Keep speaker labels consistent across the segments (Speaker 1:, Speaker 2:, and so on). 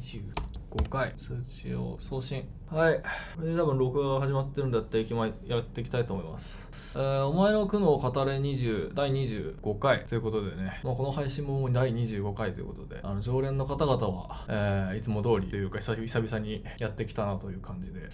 Speaker 1: 25回通知を送信はいこれで多分録画が始まってるんでやっていきまいやっていきたいと思います、えーお前の苦悩を語れ20第25回ということでね、まあ、この配信ももう第25回ということであの常連の方々は、えーいつも通りというか久々久々にやってきたなという感じで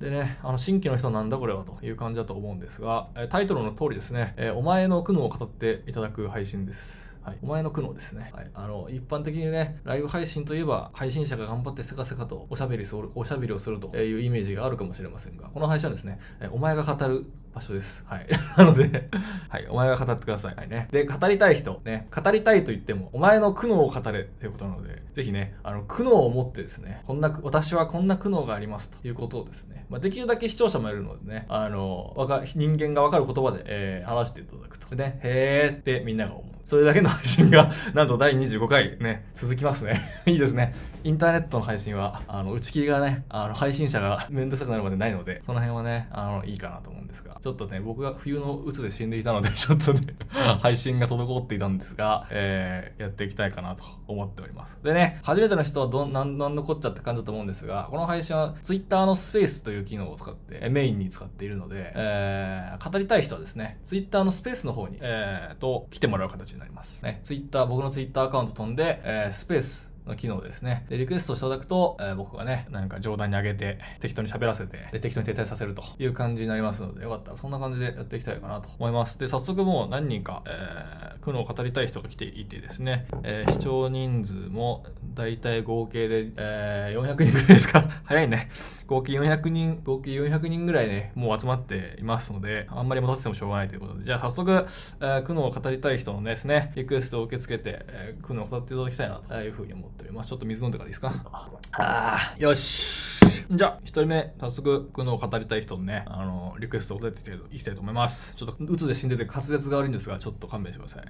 Speaker 1: でね、あの新規の人なんだこれはという感じだと思うんですが、えータイトルの通りですね、えーお前の苦悩を語っていただく配信です。はい、お前の苦悩ですね、はい、あの一般的にねライブ配信といえば配信者が頑張ってせかせかとおしゃべりするおしゃべりをするというイメージがあるかもしれませんがこの配信はですね、えーお前が語る場所ですはい なので、はい、お前が語ってください、はいね、で語りたい人ね語りたいと言ってもお前の苦悩を語れということなのでぜひねあの苦悩を持ってですねこんな私はこんな苦悩がありますということをですね、まあ、できるだけ視聴者もいるのでねあのわか人間が分かる言葉で、えー話していただくとでねへーってみんなが思うそれだけの配信がなんと第25回ね続きますね いいですねインターネットの配信はあの打ち切りがねあの配信者が面倒くさくなるまでないのでその辺はねあのいいかなと思うんですがちょっとね僕が冬の鬱で死んでいたのでちょっとね配信が滞っていたんですが、えーやっていきたいかなと思っておりますでね初めての人はどんなんなんのこっちゃって感じだと思うんですがこの配信は Twitter のスペースという機能を使ってえメインに使っているので、えー語りたい人はですね Twitter のスペースの方に、えーと来てもらう形になりますね Twitter 僕の Twitter アカウント飛んで、えースペースの機能ですね。で、リクエストしていただくと、えー僕がね、何か冗談にあげて、適当に喋らせて、で適当に停滞させるという感じになりますので、よかったらそんな感じでやっていきたいかなと思います。で、早速もう何人か、えー苦悩を語りたい人が来ていてですね、えー視聴人数も大体合計で、えー400人くらいですか 早いね。合計400人、合計400人ぐらいね、もう集まっていますので、あんまり持たせてもしょうがないということで、じゃあ早速、えー苦悩を語りたい人のですね、リクエストを受け付けて、えー苦悩を語っていただきたいなというふうに思っております。ちょっと水飲んでからいいですかあー、よし。じゃあ、一人目、早速、苦悩を語りたい人のね、あの、リクエストを答えていきたいといきたいと思います。ちょっと、うつで死んでて滑舌が悪いんですが、ちょっと勘弁してください。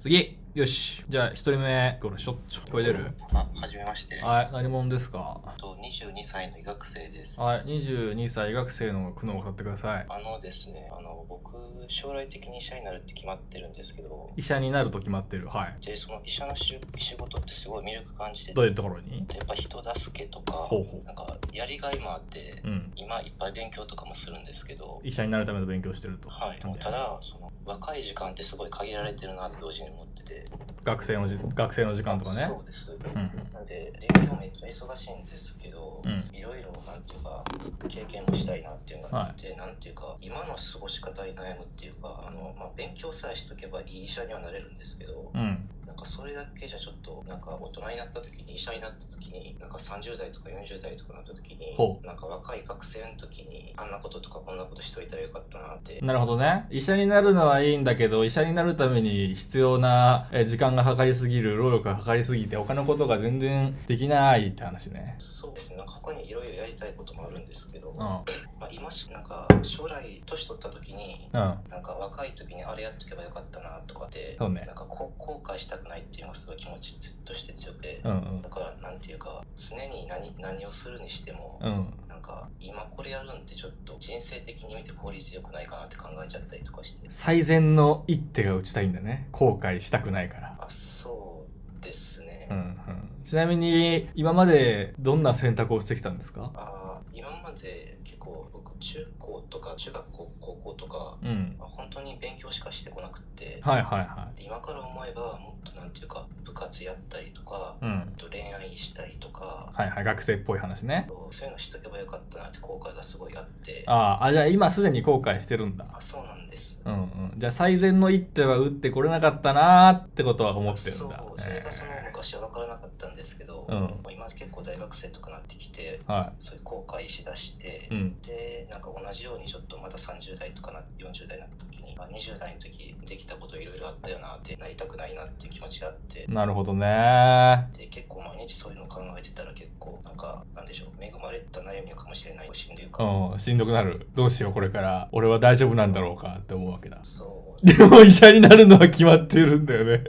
Speaker 1: 次よし。じゃあ、一人目、これ、しょっちょ、声出る
Speaker 2: あ、はじめまして。
Speaker 1: はい、何者ですか
Speaker 2: えっと22歳の医学生です。
Speaker 1: はい、22歳学生の苦悩を語ってください。
Speaker 2: あのですね、あの僕将来的に医者になるって決まってるんですけど、
Speaker 1: 医者になると決まってる。はい。
Speaker 2: でその医者のし仕事ってすごい魅力感じてて、
Speaker 1: どういう
Speaker 2: や
Speaker 1: ところに
Speaker 2: っぱ人助けとか、
Speaker 1: ほうほう
Speaker 2: なんかやりがいもあって、
Speaker 1: うん。
Speaker 2: 今いっぱい勉強とかもするんですけど。
Speaker 1: 医者になるための勉強してると。
Speaker 2: はい、もうただその若い時間ってすごい限られてるなって同時に思ってて
Speaker 1: 学生のじ、学生の時間とかね。
Speaker 2: そうです
Speaker 1: うんうん。
Speaker 2: なんで勉強めっちゃ忙しいんですけど、
Speaker 1: うん
Speaker 2: いろいろなんていうか経験もしたいなっていうのがあって、なんていうか今の過ごし方に悩むっていうかあの、まあ、勉強さえしとけばいい医者にはなれるんですけど、
Speaker 1: うん。
Speaker 2: なんかそれだけじゃちょっとなんか大人になった時に医者になった時になんか30代とか40代とかなった時に
Speaker 1: ほう
Speaker 2: なんか若い学生の時にあんなこととかこんなことしといたらよかったなって
Speaker 1: なるほどね。医者になるのはいいんだけど、医者になるために必要なえ時間がかかりすぎる、労力がかかりすぎて、他のことが全然できないって話ね。
Speaker 2: そうですねなんか他にいろいろやりたいこともあるんですけど、
Speaker 1: うん。
Speaker 2: ま
Speaker 1: う
Speaker 2: あ、今しなんか将来年取った時に
Speaker 1: ん。
Speaker 2: なんか若い時にあれやっとけばよかったなとかって
Speaker 1: そうね
Speaker 2: なんかこう後悔したくないっていうのがすごい気持ちとして強くて、
Speaker 1: うんうん
Speaker 2: だ。からなんていうか常に何何をするにしても、
Speaker 1: うん。
Speaker 2: なんか今これやるんってちょっと人生的に見て効率よくないかなって考えちゃったりとかして
Speaker 1: 最善の一手が打ちたいんだね。後悔したくないから。
Speaker 2: あそうですね、
Speaker 1: うんうんちなみに今までどんな選択をしてきたんですか
Speaker 2: あー今まで結構僕中高とか中学校高校とか、
Speaker 1: うん
Speaker 2: まあ、本当に勉強しかしてこなくって、
Speaker 1: はいはいは
Speaker 2: で今から思えばもっとなんていうか部活やったりとか、
Speaker 1: いうん
Speaker 2: と恋愛したりとか、
Speaker 1: はいはい学生っぽい話ね
Speaker 2: そういうのしとけばよかったなって後悔がすごいあってあ
Speaker 1: あーあじゃあ今すでに後悔してるんだ
Speaker 2: そうなんです、
Speaker 1: うんうんじゃあ最善の一手は打ってこれなかったなーってことは思ってる
Speaker 2: そ
Speaker 1: ん
Speaker 2: う
Speaker 1: だ
Speaker 2: それがその
Speaker 1: え
Speaker 2: 昔は分からなかったんですけど、
Speaker 1: うん
Speaker 2: もう今結構大学生とかなってきて
Speaker 1: ーは
Speaker 2: そういう後悔しだして、
Speaker 1: いうん
Speaker 2: でなんか同じようにちょっとまだ30代とかな40代になった時に、まあ、20代の時できたこといろいろあったよなってなりたくないなっていう気持ちがあって
Speaker 1: なるほどね
Speaker 2: で結構毎日そういうのを考えてたら結構なんかなんでしょう恵まれた悩みかもしれないしというか、
Speaker 1: うんしんどくなるどうしようこれから俺は大丈夫なんだろうかって思うわけだ
Speaker 2: そう
Speaker 1: でも医者になるのは決まってるんだ よね。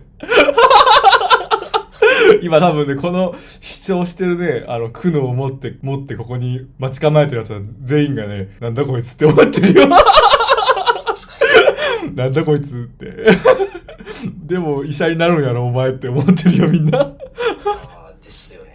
Speaker 1: 今多分ね、この主張してるね、あの、苦悩を持って、持ってここに待ち構えてるやつは全員がね、なんだこいつって思ってるよ。 なんだこいつって。でも医者になるんやろ、お前って思ってるよ、みんな。
Speaker 2: あーですよね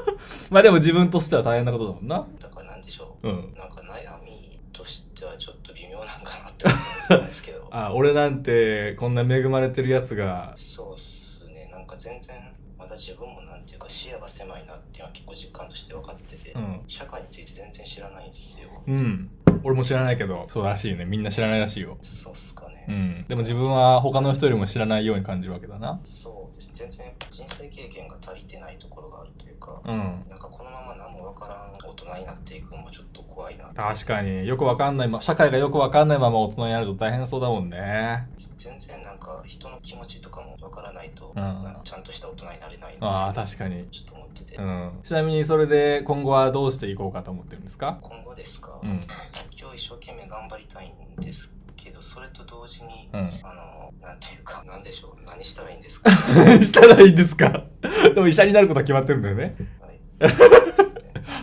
Speaker 1: まあでも自分としては大変なことだもんな。
Speaker 2: だからなんでしょ
Speaker 1: うん。
Speaker 2: う。。なんか悩みとしてはちょっと微妙なんかなって思うんですけど
Speaker 1: あ、俺なんてこんな恵まれてるやつが、
Speaker 2: そうっすね。なんか全然まだ自分もなんていうか視野が狭いなっていうのは結構実感として分かってて、
Speaker 1: うん。
Speaker 2: 社会について全然知らないんですよ。
Speaker 1: うん。俺も知らないけど、そうらしいね。みんな知らないらしいよ。
Speaker 2: そうっすかね。
Speaker 1: うん。でも自分は他の人よりも知らないように感じるわけだな。
Speaker 2: そうです。全然人生経験が足りてないところがあるというか、
Speaker 1: うん。
Speaker 2: なんかこのまま何も分からん大人になっていくのもちょっと怖いなって
Speaker 1: 確かによくわかんない、ま、社会がよくわかんないまま大人になると大変そうだもんね。
Speaker 2: 全然なんか人の気持ちとかも分からないと、
Speaker 1: うん
Speaker 2: なんかちゃんとした大人になれない
Speaker 1: ああ、
Speaker 2: な
Speaker 1: 確かに。
Speaker 2: ちょっと思ってて、
Speaker 1: うん。ちなみにそれで今後はどうしていこうかと思ってるんですか
Speaker 2: 今後ですか、
Speaker 1: うん。
Speaker 2: 今日一生懸命頑張りたいんですけどそれと同時に、
Speaker 1: うん。
Speaker 2: あのなんていうか何でしょう何したらいいんですかは
Speaker 1: したらいいんですか でも医者になることは決まってるんだよね。
Speaker 2: いそうですね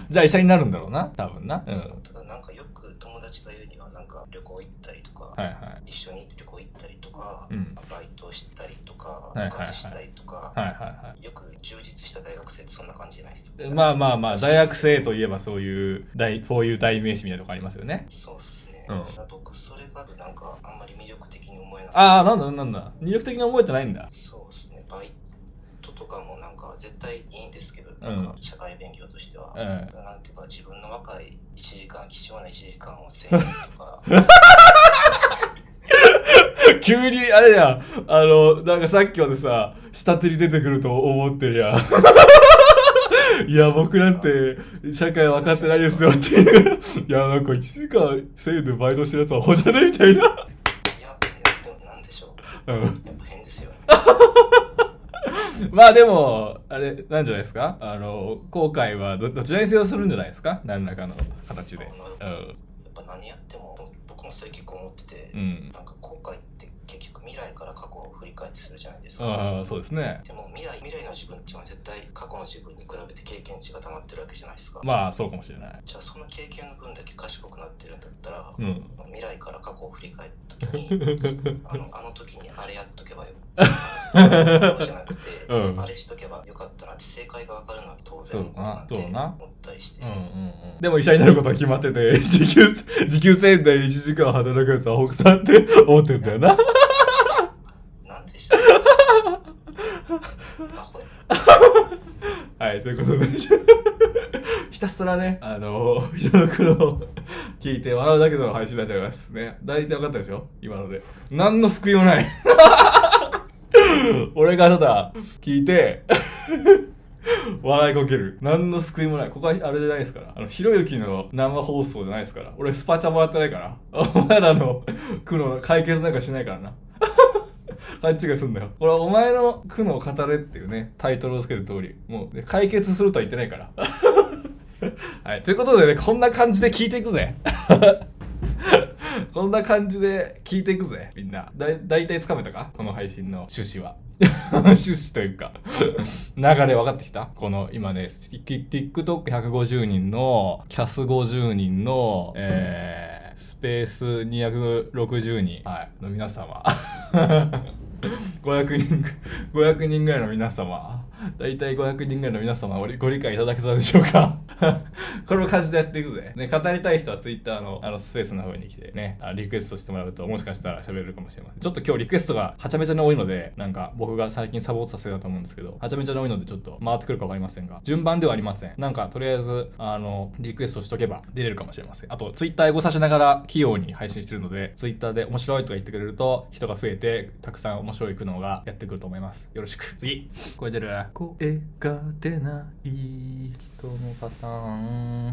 Speaker 1: じゃあ医者になるんだろうな、多分な。うん。はい
Speaker 2: ただなんかよく友達が言うにはなんか旅行行ったりとか、
Speaker 1: はい。
Speaker 2: 一緒に旅行行ったりとか、
Speaker 1: うん。
Speaker 2: バイトしたりとか
Speaker 1: いはいは
Speaker 2: 部
Speaker 1: い
Speaker 2: 活したりとか、
Speaker 1: はいはいは
Speaker 2: よく充実した大学生ってそんな感じじゃないですか
Speaker 1: い。 まあまあまあ、大学生といえばそういう、大そういう代名詞みたいなとこありますよね。
Speaker 2: そうっすね、
Speaker 1: うん
Speaker 2: 僕それがなんかあんまり魅力的に思えない
Speaker 1: ああ、なんだなんだ。魅力的に思えてないんだ。
Speaker 2: そうっすねバイトとかもなんか絶対いいんですけど、
Speaker 1: ん
Speaker 2: なんか社会勉強としては、
Speaker 1: うん
Speaker 2: なんていうか自分の若い1時間貴重な1時間を1000円 とか
Speaker 1: 急に、あれや、あの、なんかさっきまでさ、下手に出てくると思ってるやん。いや、僕なん て、社会分かってないですよっていう。 いや、なんか1時間1000円でバイトしてるやつはほじゃねみたいな。
Speaker 2: いやでもなんでしょ
Speaker 1: うん。
Speaker 2: うやっぱ変ですよね
Speaker 1: まあでも、あれ、なんじゃないですかあの、後悔はどどちらにせよするんじゃないですか何らかの形で。うん。
Speaker 2: やっぱ何やっても僕もそれ結構思ってて、
Speaker 1: うん。
Speaker 2: なんか後悔って結局未来から過去を振り返ってするじゃないですか、
Speaker 1: ああ、そうですね。
Speaker 2: でも未来未来の自分っていうのは絶対過去の自分に比べて経験値が溜まってるわけじゃないですか、
Speaker 1: まあ、そうかもしれない。
Speaker 2: じゃあその経験の分だけ賢くなってるんだったら、
Speaker 1: うん。
Speaker 2: 未来から過去を振り返った時 にあのあの時にあれやっとけばよそうじゃなくて、
Speaker 1: うん
Speaker 2: あれしとけばよかったなって正解が分かるのは当
Speaker 1: そ
Speaker 2: 然
Speaker 1: うだな
Speaker 2: て
Speaker 1: そうだな
Speaker 2: 思ったりして、
Speaker 1: うんうんうん。でも医者になることは決まって て、時給、時給1000円で1時間働くやつは北さんって思ってるんだよな。
Speaker 2: なんでしょうアホや
Speaker 1: はい、ということで、ひたすらね、あの、人の苦労を聞いて笑うだけの配信になっておりますね。大体分かったでしょ今ので。何の救いも ない。俺がただ聞いて、 笑いこける。何の救いもない。ここはあれじゃないですから。あの、ひろゆきの生放送じゃないですから。俺スパチャもらってないから。 お前らの苦労の解決なんかしないからな。 勘違いすんだよ。これはお前の苦悩を語れっていうね、タイトルをつける通り、もう、ね、解決するとは言ってないから。 はい。ということでね、こんな感じで聞いていくぜ。 こんな感じで聞いていくぜ、みんな。だい、だいたいつかめたかこの配信の趣旨は。 趣旨というか、流れ分かってきたこの、今ね、TikTok150 人の、CAS50 人の、えー、スペース260人、はい、の皆様。500人ぐ、500人ぐらいの皆様、大体500人ぐらいの皆様、ご理ご理解いただけたでしょうか この感じでやっていくぜ。ね、語りたい人は Twitter のあのスペースの方に来てね、あリクエストしてもらうと、もしかしたら喋れるかもしれません。ちょっと今日リクエストがはちゃめちゃに多いので、なんか僕が最近サボってたせいだと思うんですけど、はちゃめちゃに多いのでちょっと回ってくるかわかりませんが、順番ではありません。なんかとりあえず、あの、リクエストしとけば出れるかもしれません。あと、Twitter 英語さしながら器用に配信してるので、Twitter で面白いとか言ってくれると、人が増えて、たくさん面白い苦悩がやってくると思います。よろしく。次声出る声が出ない人のパターン。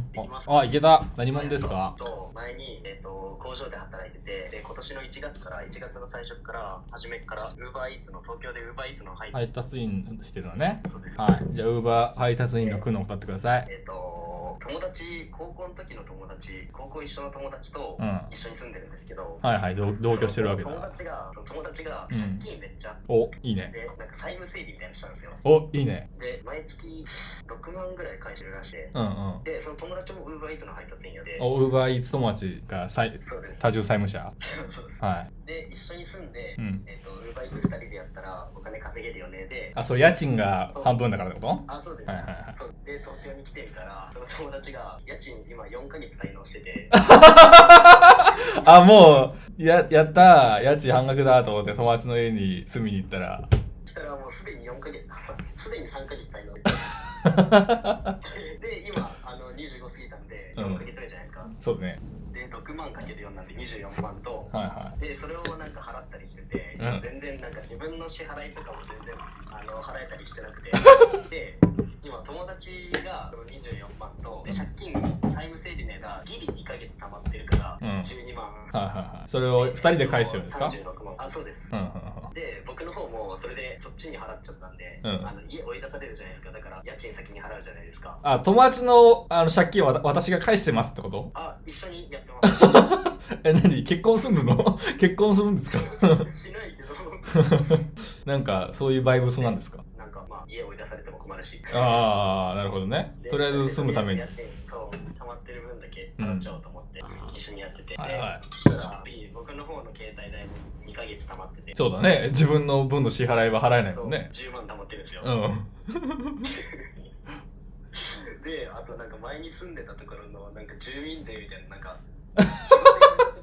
Speaker 1: あ、あいけた。何者ですか
Speaker 3: と前に、えっと工場で働いててで今年の1月から1月の最初から初めから UberEats の東京で UberEats の配
Speaker 1: 配達員してるのね。
Speaker 3: そうです、
Speaker 1: はい。じゃあ、ウーバー配達員の苦悩を歌ってください。
Speaker 3: えっと友達高校の時の友達高校一緒の友達と
Speaker 1: うん。は
Speaker 3: 一緒に住んでるんですけど、
Speaker 1: いはい、同同居してるわけ
Speaker 3: 友
Speaker 1: だ。
Speaker 3: 達が友達が
Speaker 1: うん
Speaker 3: 借金めっちゃあって
Speaker 1: お、いいね。
Speaker 3: でなんか債務整理みたいなのしたんですよ
Speaker 1: お、いいね。
Speaker 3: で毎月6万ぐらい返してるらしい
Speaker 1: うんうん。
Speaker 3: でその友達もウーバーイーツの配達員やで
Speaker 1: お、ウーバーイーツ友達が債
Speaker 3: そうです
Speaker 1: 多重債務者
Speaker 3: そうです
Speaker 1: は
Speaker 3: で一緒に住んで、
Speaker 1: い。うん。
Speaker 3: えっとウーバーイーツ2人でやったらお金稼げるよねで
Speaker 1: あ、そう、家賃が半分だからってこと
Speaker 3: あそうです、
Speaker 1: はいはいはい
Speaker 3: そうで東京に来てみたらその友達が家賃今4ヶ月滞納して て
Speaker 1: あ、もう、や、やったー家賃半額だと思って友達の家に住みに行ったら。
Speaker 3: したらもうすでに4ヶ月あそうすでに3ヶ月滞納しててで今あの25過ぎたんで
Speaker 1: うん
Speaker 3: 4ヶ月目じゃないですか、
Speaker 1: そうね。
Speaker 3: で6万かける4なんで24万と
Speaker 1: はいは
Speaker 3: でそれをなんか払ったりしてて、
Speaker 1: うん
Speaker 3: 全然なんか自分の支払いとかも全然あの払えたりしてなく てで今友達がその24万とで借金債務整理の間ギリ2ヶ月溜まってるから、
Speaker 1: うん
Speaker 3: 12万
Speaker 1: い。はいはいはい。それを二人で返してるんですか
Speaker 3: 36万あそうです、
Speaker 1: うんうんうん。
Speaker 3: で僕の方もそれでそっちに払っちゃったんで、
Speaker 1: うん
Speaker 3: あの家追い出されるじゃないですかだから家賃先に払うじゃないですか
Speaker 1: あ、友達のあの借金はわた私が返してますってこと
Speaker 3: あ一緒にやってますし
Speaker 1: え、何結婚するの 結婚するんですか
Speaker 3: ないけど
Speaker 1: なんか、そういうバイブスなんですか
Speaker 3: なんかまあ家追い出されても困るし
Speaker 1: ああ、なるほどね。
Speaker 3: で
Speaker 1: とりあえず住むために。
Speaker 3: 家
Speaker 1: はい
Speaker 3: 賃そう溜まってる分だけ払っちゃおうと思って、一緒にやってて、
Speaker 1: は
Speaker 3: そしたら僕の方の携帯代も2ヶ月溜まってて
Speaker 1: い。そうだね。自分の分の支払いは払えない
Speaker 3: そ
Speaker 1: も
Speaker 3: うん
Speaker 1: ね。
Speaker 3: 10万溜まってるんですよ、
Speaker 1: うん。
Speaker 3: であとなんか前に住んでたところのなんか住民税みたいななん か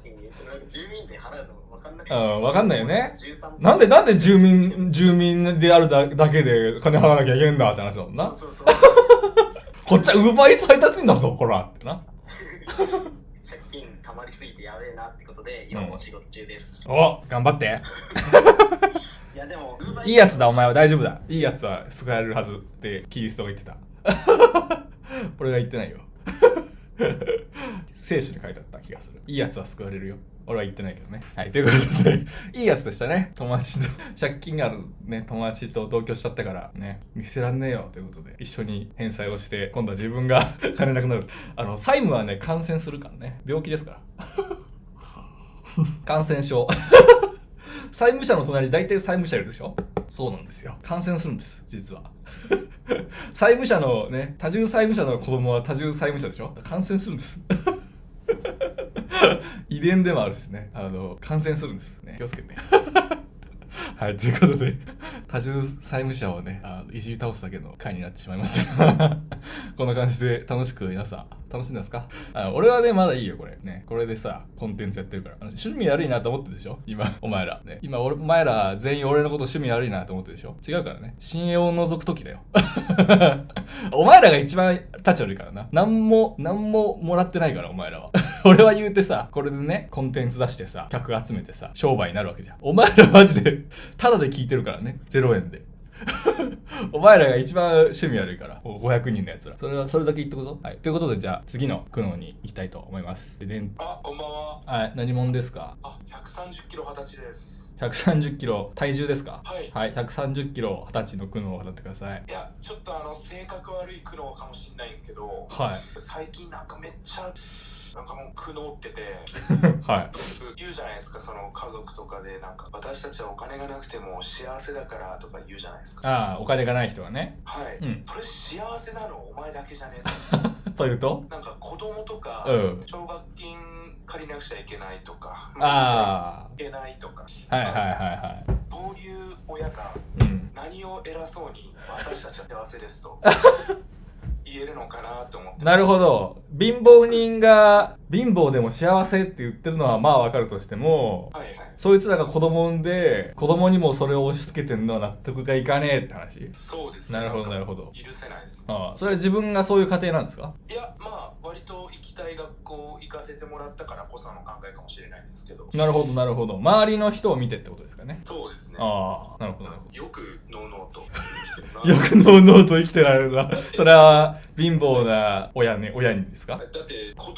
Speaker 3: 住民税の時にそのなんか住民税払うの分かんなくて
Speaker 1: うんわかんないよね
Speaker 3: 13
Speaker 1: なんでなんで住民、住民であるだだけで金払わなきゃいけないんだって話だもんな。
Speaker 3: そうそうそう
Speaker 1: こっちはウーバーイーツ配達員だぞ、こらってな。
Speaker 3: 借金溜まりすぎてやべえなってことで今も仕事中です、
Speaker 1: お頑張 って。
Speaker 3: いやでも
Speaker 1: いいやつ
Speaker 3: だ
Speaker 1: だ、お前は大丈夫だ。いいやつは救われるはずってキリストが言ってた。 俺が言ってないよ。 聖書に書いてあった気がする。いいやつは救われるよ。俺は言ってないけどね。はい、ということで、 いいやつでしたね。友達と、 借金があるね、友達と同居しちゃったからね、見せらんねえよということで、一緒に返済をして、今度は自分が 金なくなる。あの、債務はね、感染するからね。病気ですから。 感染症。 債務者の隣に大体債務者いるでしょそうなんですよ感染するんです実は 債務者のね多重債務者の子供は多重債務者でしょ感染するんです遺伝でもあるしねあの感染するんですね気をつけてはいということで多重債務者をねあのいじり倒すだけの回になってしまいました こんな感じで楽しく皆さん楽しんでますかあ俺はねまだいいよこれねこれでさコンテンツやってるからあの趣味悪いなと思ってるでしょ今お前らね今俺お前ら全員俺のこと趣味悪いなと思ってるでしょ違うからね信用を除く時だよ お前らが一番立ち悪いからな何も何ももらってないからお前らは 俺は言うてさこれでねコンテンツ出してさ客集めてさ商売になるわけじゃんお前らマジでタダで聞いてるからね0円で お前らが一番趣味悪いから、もう500人のやつら。それは、それだけ言っとくぞ。はい。ということで、じゃあ、次の苦悩に行きたいと思います。ででん
Speaker 4: あ、こんばんは。
Speaker 1: はい。何者ですか
Speaker 4: あ、130キロ二十歳です。
Speaker 1: ?130 キロ、体重ですか
Speaker 4: はい
Speaker 1: はい。130キロ、20歳の苦悩を語ってください。
Speaker 4: いや、ちょっとあの性格悪い苦悩かもしれないんですけど、
Speaker 1: は
Speaker 4: 最近なんかめっちゃなんかもう苦悩ってて、
Speaker 1: い。 は
Speaker 4: 言うじゃないですか、その家族とかでなんか私たちはお金がなくても幸せだからとか言うじゃないです
Speaker 1: い。
Speaker 4: か。
Speaker 1: ああ、お金がない人はね。
Speaker 4: はい。
Speaker 1: うん。
Speaker 4: それ幸せなのお前だけじゃね
Speaker 1: というと
Speaker 4: えなんか子供とか
Speaker 1: うん
Speaker 4: 奨学金 借りなくちゃいけないとか、
Speaker 1: あ
Speaker 4: いけないとか、
Speaker 1: あ。はいはいはいは
Speaker 4: そういう親が
Speaker 1: い。うん。
Speaker 4: 何を偉そうに私たちは幸せです と言えるのかなと思って
Speaker 1: なるほど。貧乏人が、貧乏でも幸せって言ってるのはまあわかるとしても、
Speaker 4: はいはい
Speaker 1: そいつらが子供産んで、子供にもそれを押し付けてんのは納得がいかねえって話。
Speaker 4: そうです
Speaker 1: なるほど、
Speaker 4: んか
Speaker 1: なるほど。
Speaker 4: 許せないです
Speaker 1: ああ、それは自分がそういう家庭なんですか
Speaker 4: いやまあ割と行きたい学校行かせてもらったからこその考えかもしれないんですけど
Speaker 1: なるほど、なるほど。周りの人を見てってことですかね。
Speaker 4: そうですね
Speaker 1: ああ、なるほど、なるほ
Speaker 4: よくノーノーと
Speaker 1: ど。よくのうのうと生きてられるな。それは、貧乏な親に、親にですか
Speaker 4: だって子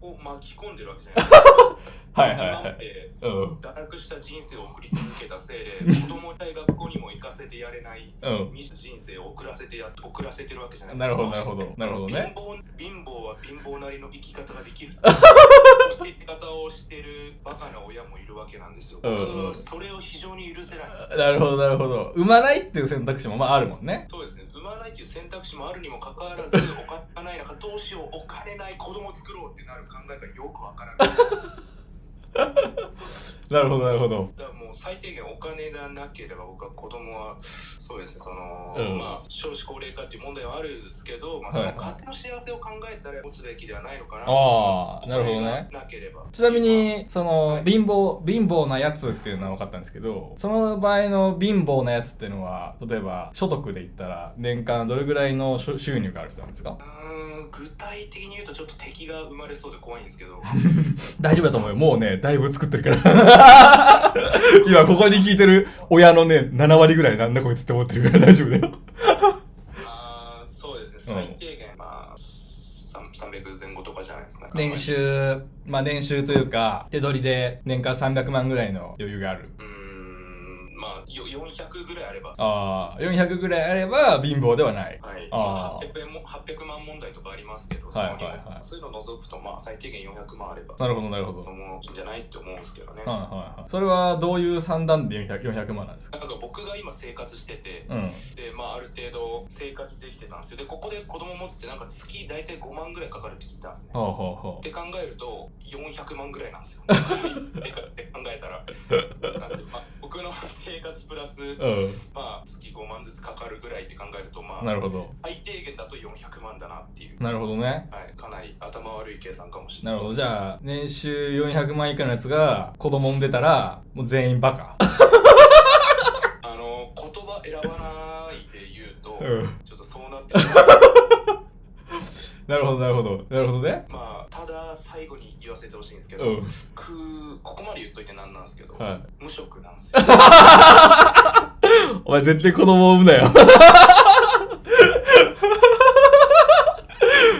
Speaker 4: 供を巻き込んでるわけじゃないですか
Speaker 1: はいはいは
Speaker 4: 今ま
Speaker 1: い。
Speaker 4: で
Speaker 1: うん。
Speaker 4: 堕落した人生を送り続けたせいで子供たい学校にも行かせてやれない
Speaker 1: うん。
Speaker 4: 人生を送らせてや送らせてるわけじゃないで
Speaker 1: な
Speaker 4: す
Speaker 1: る
Speaker 4: か
Speaker 1: ほど、なるほど。なるほどね。
Speaker 4: 貧乏貧乏は貧乏なりの生き方がで きる生き方をしてるバカな親もいるわけなんですよ、
Speaker 1: うん
Speaker 4: 僕はそれを非常に許せない
Speaker 1: なるほど、なるほど。産まないっていう選択肢もまああるもんね。
Speaker 4: そうですね産まないっていう選択肢もあるにもかかわら ずお金がない中どうしようお金ない子供作ろうってなる考えがよくわからない
Speaker 1: なるほど、なるほど。
Speaker 4: だからもう最低限お金がなければ僕は子供はそうですねその、
Speaker 1: うん
Speaker 4: まあ少子高齢化っていう問題はあるんですけど、まあ、
Speaker 1: は
Speaker 4: そ
Speaker 1: い
Speaker 4: の家庭の幸せを考えたら持つべきではないのかな
Speaker 1: ああ、なるほどね。。
Speaker 4: なければ。
Speaker 1: ちなみに、そ
Speaker 4: は
Speaker 1: の、
Speaker 4: い
Speaker 1: 貧乏、貧乏なやつっていうのは分かったんですけど、その場合の貧乏なやつっていうのは、例えば、所得で言ったら、年間どれぐらいの収収入がある人なんですか
Speaker 4: うーん、具体的に言うとちょっと敵が生まれそうで怖いんですけ ど、
Speaker 1: 大丈夫だと思うよ。もうね、だいぶ作ってるから。 今、ここに聞いてる親のね、7割ぐらいなんだこいつって思ってるから大丈夫だよ。
Speaker 4: あーそうですね、最低限、まあ、さん300前後とかじゃないですか、ね。
Speaker 1: 年収、まあ年収というか、手取りで年間300万ぐらいの余裕がある。
Speaker 4: うーん、まあ、よ400ぐらいあれば。
Speaker 1: ああ、400ぐらいあれば貧乏ではない。
Speaker 4: はい、
Speaker 1: あー
Speaker 4: 800, 円も800万問題とかありますけど、
Speaker 1: はいはいはい
Speaker 4: そのそういうの除くと、まあ、最低限400万あれば、
Speaker 1: なるほど、なるほど。はい
Speaker 4: もういいんじゃないって思うんですけどね。
Speaker 1: はいはい。それはどういう算段で 400, 400万なんですか
Speaker 4: なんか僕が今生活してて、
Speaker 1: うん。
Speaker 4: でまあある程度生活できてたんですよでここで子供持つってなんか月大体5万ぐらいかかるって聞いたんですね
Speaker 1: ほうほうほ
Speaker 4: って考えると400万ぐらいなん ですよって考えたらなんで、まあ、僕の生活プラス、
Speaker 1: う。うん。
Speaker 4: まあ、月5万ずつかかるぐらいって考えるとま
Speaker 1: な
Speaker 4: あ
Speaker 1: るほど。
Speaker 4: 最低限だと400万だなっていう、
Speaker 1: なるほどね。
Speaker 4: はい、かなり頭悪い計算かもしれ
Speaker 1: な
Speaker 4: ない
Speaker 1: る
Speaker 4: です
Speaker 1: ほど。じゃあ、年収400万以下のやつが子供産んでたら、もう全員バカ。
Speaker 4: あの言葉選ばないで言うと、
Speaker 1: うん。
Speaker 4: ちょっとそうなってしまう
Speaker 1: なるほど、なるほど。なるほどね。
Speaker 4: まあただ最後に言わせてほしいんですけど、
Speaker 1: うん。
Speaker 4: くここまで言っといてなんなんですけど、
Speaker 1: はい。
Speaker 4: 無職なん ですよい
Speaker 1: お前絶対子供を産むなよ。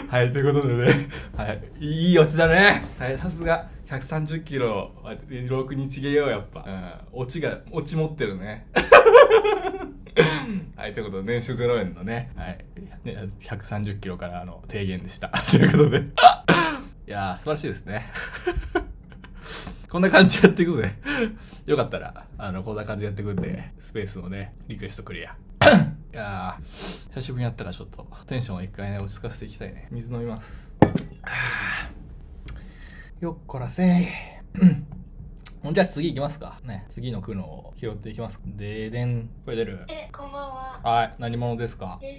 Speaker 1: はい、ということでね。はい。いいオチだね。はい、さすが。130キロ、6にちげよう、やっぱ。うん。オチが、オチ持ってる ね。はい、ということで、年収0円のね、はい。ね130キロからあの提言でした。 ということで。いやー、素晴らしいですね。こんな感じでやっていくぜ。 よかったら、あの、こんな感じでやっていくんで、スペースのね、リクエストク リア。いやー、久しぶりにやったからちょっと、テンションを一回ね、落ち着かせていきたいね。水飲みます。よっこらせい。うんじゃあ次行きますか。ね、次の苦悩を拾っていきます。ででん、これ出る
Speaker 5: え、こんばんは。
Speaker 1: はい、何者ですか
Speaker 5: 22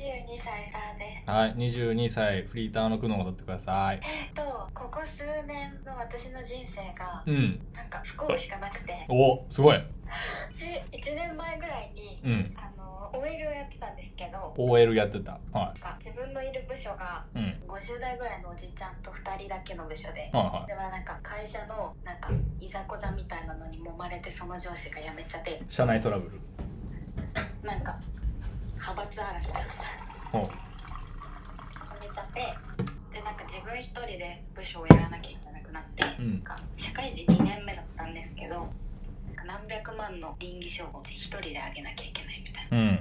Speaker 5: 歳さんです。
Speaker 1: はい、22歳、フリーターの苦悩を取ってください。
Speaker 5: えっと、ここ数年の私の人生が
Speaker 1: うん。
Speaker 5: なんか不幸しかなくて、
Speaker 1: お、すごい。
Speaker 5: 1年前ぐらいに
Speaker 1: うん。
Speaker 5: あの OL をやってたんですけど、
Speaker 1: OL やってた。は
Speaker 5: なんか自分のいる部署が
Speaker 1: い。うん。
Speaker 5: 50代ぐらいのおじちゃんと2人だけの部署で。
Speaker 1: はいは
Speaker 5: ではなんか会社のなんかいざこざみたいなのに揉まれてその上司が辞めちゃって
Speaker 1: い。社内トラブル。
Speaker 5: なんか派閥争いみたいな
Speaker 1: お
Speaker 5: 辞めちゃってでなんか自分一人で部署をやらなきゃいけなくなって
Speaker 1: うん。
Speaker 5: なんか社会人2年目だったんですけどなんか何百万の倫理賞を一人であげなきゃいけないみたい
Speaker 1: うん。
Speaker 5: に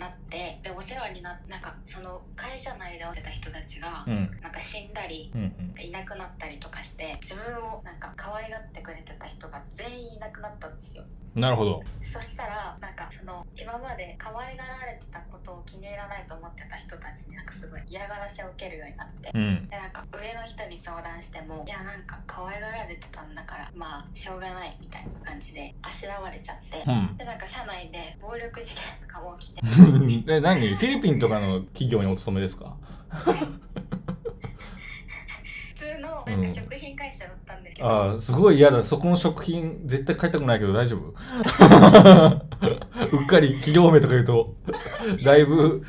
Speaker 5: なってでお世話になってなんかその会社内で会ってた人たちが
Speaker 1: うん。
Speaker 5: なんか死んだり
Speaker 1: うんうん。
Speaker 5: いなくなったりとかして自分をなんか可愛がってくれてた人が全員いなくなったんですよ
Speaker 1: なるほど。
Speaker 5: そしたらなんかその今まで可愛がられてたことを気に入らないと思ってた人たちになんかすごい嫌がらせを受けるようになって
Speaker 1: うん。
Speaker 5: でなんか上の人に相談しても「いやなんか可愛がられてたんだからまあしょうがない」みたいな感じであしらわれちゃって
Speaker 1: うん。
Speaker 5: でなんか社内で暴力事件とかも起きて
Speaker 1: え、何フィリピンとかの企業にお勤めですか
Speaker 5: 普通の
Speaker 1: う
Speaker 5: なんんか食品会社だったんですけど、
Speaker 1: ああ、すごい嫌だ。そこの食品、絶対買いたくないけど大丈夫 うっかり企業名とか言うと、だいぶ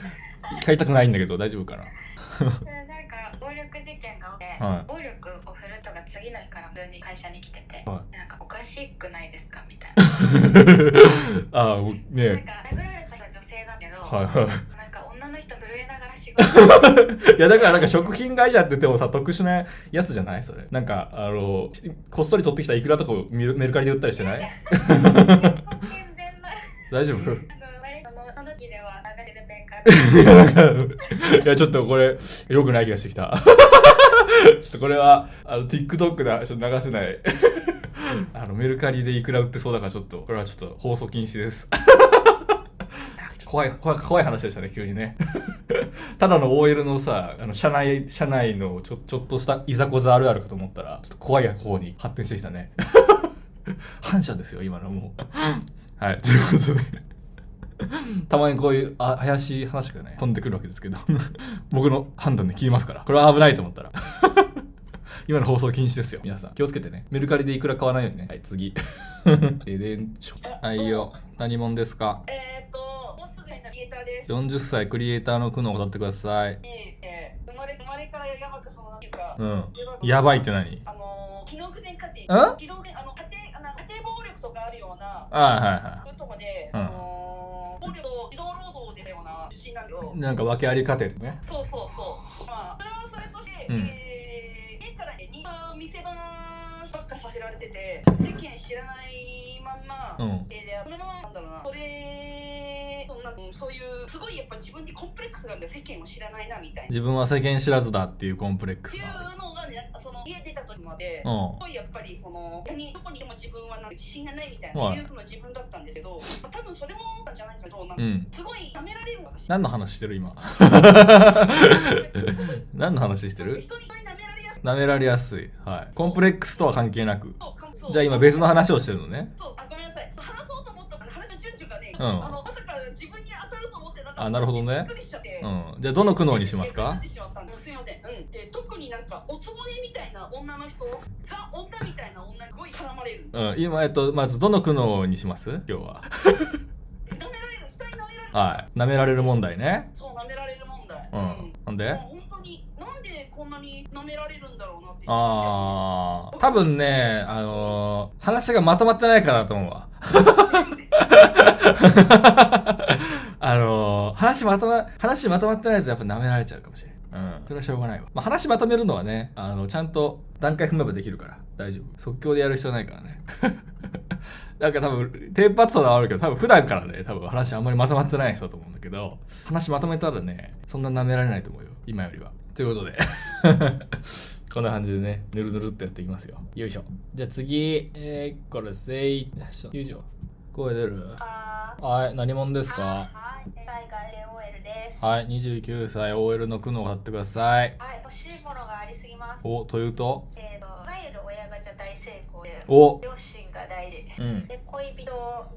Speaker 1: 買いたくないんだけど大丈夫かな
Speaker 5: でなんか暴力事件が起きて、
Speaker 1: はい
Speaker 5: 暴力を振るうとが次の日から普通に会社に来てて、
Speaker 1: は
Speaker 5: でなんかおかしくないですかみたいな
Speaker 1: ああ、
Speaker 5: なん
Speaker 1: ね
Speaker 5: か殴られた人は女性だけど、
Speaker 1: はいはい。
Speaker 5: なんか女の人震えながら仕
Speaker 6: 違 う
Speaker 1: いやだからなんか食品会社って言ってもさ特殊なやつじゃないそれなんかあのこっそり取ってきたイクラとかをメルメルカリで売ったりして ない
Speaker 6: 保険全部
Speaker 1: 大丈夫
Speaker 6: あの割とそのその時では流れてる面から
Speaker 1: いやなんかいやちょっとこれ良くない気がしてきた ちょっとこれはあの TikTok だちょっと流せないあのメルカリでいくら売ってそうだからちょっとこれはちょっと放送禁止です怖い怖い怖い話でしたね急にね ただの OL のさあの社内社内のちょちょっとしたいざこざあるあるかと思ったらちょっと怖い方に発展してきたね 反射ですよ今のもうはいということでたまにこういうあ怪しい話がね飛んでくるわけですけど 僕の判断で切りますからこれは危ないと思ったら 今の放送禁止ですよ皆さん気をつけてねメルカリでいくら買わないようにねはい次 ででんしょはいよ何者ですか
Speaker 7: えっ、ー、と、もうすぐになるゲーターです。
Speaker 1: 40歳クリエイターの苦悩を語ってください
Speaker 7: えー生まれ生まれからやばくそのなんていうか、
Speaker 1: うんやばいって何
Speaker 7: あのー、機能不全家
Speaker 1: ん
Speaker 7: 庭、機能不全あの家庭あの家庭暴力とかあるような、
Speaker 1: あはいは
Speaker 7: そういうとこで、
Speaker 1: うん
Speaker 7: あのー、暴力と児童労働でたような出身なんだけど
Speaker 1: い、なんか訳あり家庭ね
Speaker 7: そうそうそう。まあそれはそれとして、
Speaker 1: うん
Speaker 7: えー家からね、に見せ場ばっかさせられてて、世間知らないまんま。
Speaker 1: うん
Speaker 7: えーでそのままなんだろうなそれそんなうんそういうすごいやっぱ自分にコンプレックスがあるんだよ世間を知らないなみたいな。
Speaker 1: 自分は世間知らずだっていうコンプレック
Speaker 7: っ
Speaker 1: ス
Speaker 7: てい
Speaker 1: がある
Speaker 7: うのがね、なんかその家出た時まで、す
Speaker 1: う
Speaker 7: ごいやっぱりその何どこにいても自分はなんか自信がないみたい
Speaker 1: は
Speaker 7: ないいうの自分だったんですけど、まあ多分それもなんじゃないかとなん
Speaker 1: ん
Speaker 7: か
Speaker 1: うん
Speaker 7: すごいやめられるのかし
Speaker 1: 何の話してる 今何の話してる
Speaker 7: 人に人に舐められやすい
Speaker 1: 舐められやすいはいコンプレックスとは関係なく
Speaker 7: とかもそう
Speaker 1: じゃあ今別の話をしてるのね
Speaker 7: そうあごめんなさい話そうと思った話の順序がね、
Speaker 1: うん
Speaker 7: あのまさか自分に当たると思ってなかった
Speaker 1: あなるほどね
Speaker 7: びっくりしちゃって、
Speaker 1: うんじゃあどの苦悩にしますか
Speaker 7: えーなんでしまったんだすいません。うん。で特になんかおつぼねみたいな女の人、ザ女みたいな女にすごい絡まれる。
Speaker 1: うん今えっとまずどの苦悩にします今日
Speaker 7: 舐められ
Speaker 1: は
Speaker 7: る。人に舐められる。
Speaker 1: はい舐められる問題ね
Speaker 7: そう舐められる問題。
Speaker 1: うん。なん
Speaker 7: もう
Speaker 1: で
Speaker 7: 本当になんでこんなに舐められるんだろうなって。
Speaker 1: あー多分ねあのー話がまとまってないからだと思うわ あのー話まとま話まとまってないとやっぱ舐められちゃうかもしれないうんそれはしょうがないわ、まあ、話まとめるのはねあのちゃんと段階踏めばできるから大丈夫即興でやる必要ないからねなんか多分、テンパってたのはあるけど、多分普段からね、多分話あんまりまとまってない人だと思うんだけど、話まとめたらね、そんな舐められないと思うよ。今よりは。ということで。 こんな感じでね、ぬるぬるっとやっていきますよ。よいしょ。じゃあ次、えー、これせい、よいしょ。よいしょ声出る
Speaker 6: あ
Speaker 1: はい、何者です
Speaker 6: あ
Speaker 1: か
Speaker 6: はい海外 AOL です
Speaker 1: はい、29歳 OL の苦悩を買ってください。
Speaker 6: はい欲しいものがありすぎます
Speaker 1: お、というと
Speaker 6: えーといわゆる親ガチャ大成功で
Speaker 1: お、
Speaker 6: 両親が大事
Speaker 1: うん。
Speaker 6: で恋人が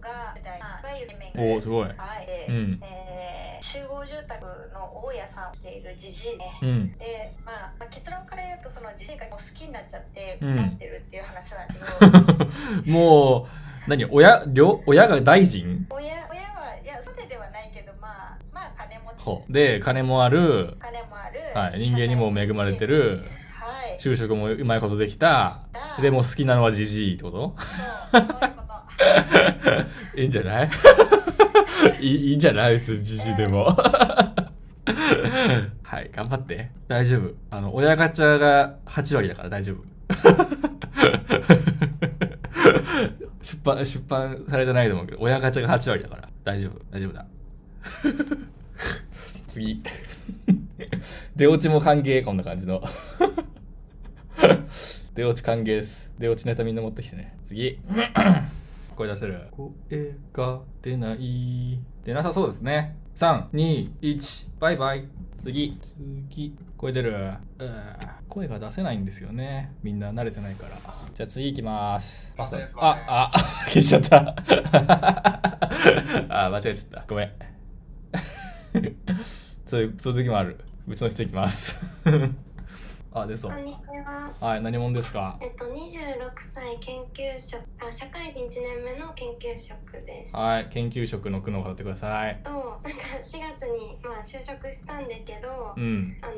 Speaker 6: 大事まあいわゆる面
Speaker 1: お、
Speaker 6: が
Speaker 1: すごい。
Speaker 6: はいで、
Speaker 1: うん。
Speaker 6: えー集合住宅の大家さんをしているじじいね
Speaker 1: うん。
Speaker 6: で、まあ、まあ結論から言うとそのじじいがもう好きになっちゃって
Speaker 1: うん
Speaker 6: なってるっていう話なんだけ ど、
Speaker 1: もう、何親、両、親が大臣
Speaker 6: 親親はいやそうではないけどまあまあ金持ち
Speaker 1: ほうで、金もある、
Speaker 6: 金もある、
Speaker 1: はい、人間にも恵まれてる、
Speaker 6: はい
Speaker 1: 就職もうまいことできた、
Speaker 6: だ
Speaker 1: でも好きなのはジジイってこと
Speaker 6: そうそういうこ と。
Speaker 1: いいんじゃないいいいいんじゃない別にじじでも。はい、頑張って。大丈夫。あの、親ガチャが8割だから大丈夫。出版、出版されてないと思うけど、親ガチャが8割だから大丈夫、大丈夫だ。次。出落ちも歓迎、こんな感じの。出落ち歓迎です。出落ちネタみんな持ってきてね。次。声出せる声が出ない出なさそうですね321バイバイ次次声出るうー声が出せないんですよねみんな慣れてないからじゃあ次行きます
Speaker 8: マサヤスマサヤ
Speaker 1: ああ消しちゃった あ間違えちゃったごめんそういうそういう時もあるうちの人行きます あ出そう
Speaker 9: こんにちは。
Speaker 1: はい何者ですか
Speaker 9: えっと、26歳研究職あ、社会人1年目の研究職です。
Speaker 1: はい研究職の苦悩を語ってください
Speaker 9: と、なんか4月に、まあ、就職したんですけど、
Speaker 1: うん
Speaker 9: あの、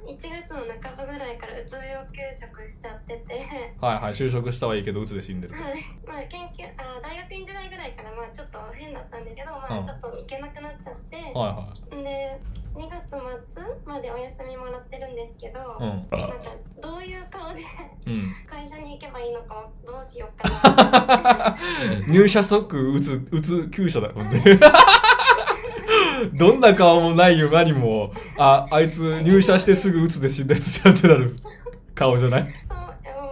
Speaker 9: ん ?1 月の半ばぐらいからうつ病休職しちゃってて、
Speaker 1: はいはい就職したはいいけどうつで死んでる
Speaker 9: はい。まあ、研究、あ、大学院時代ぐらいから、まあ、ちょっと変だったんですけど、ま
Speaker 1: う
Speaker 9: あ、
Speaker 1: ん
Speaker 9: ちょっと行けなくなっちゃって、
Speaker 1: はいは
Speaker 9: で、
Speaker 7: 2月末までお休みもらってるんですけど、
Speaker 1: うん
Speaker 7: なんかどういう顔で
Speaker 1: うん
Speaker 7: 会社に行けばいいのかどうしようかな
Speaker 1: 入社即打つ打つ厩舎だ本当に どんな顔もないよ何もああいつ入社してすぐ打つで死んだやつじゃんってなる顔じゃない
Speaker 7: そううん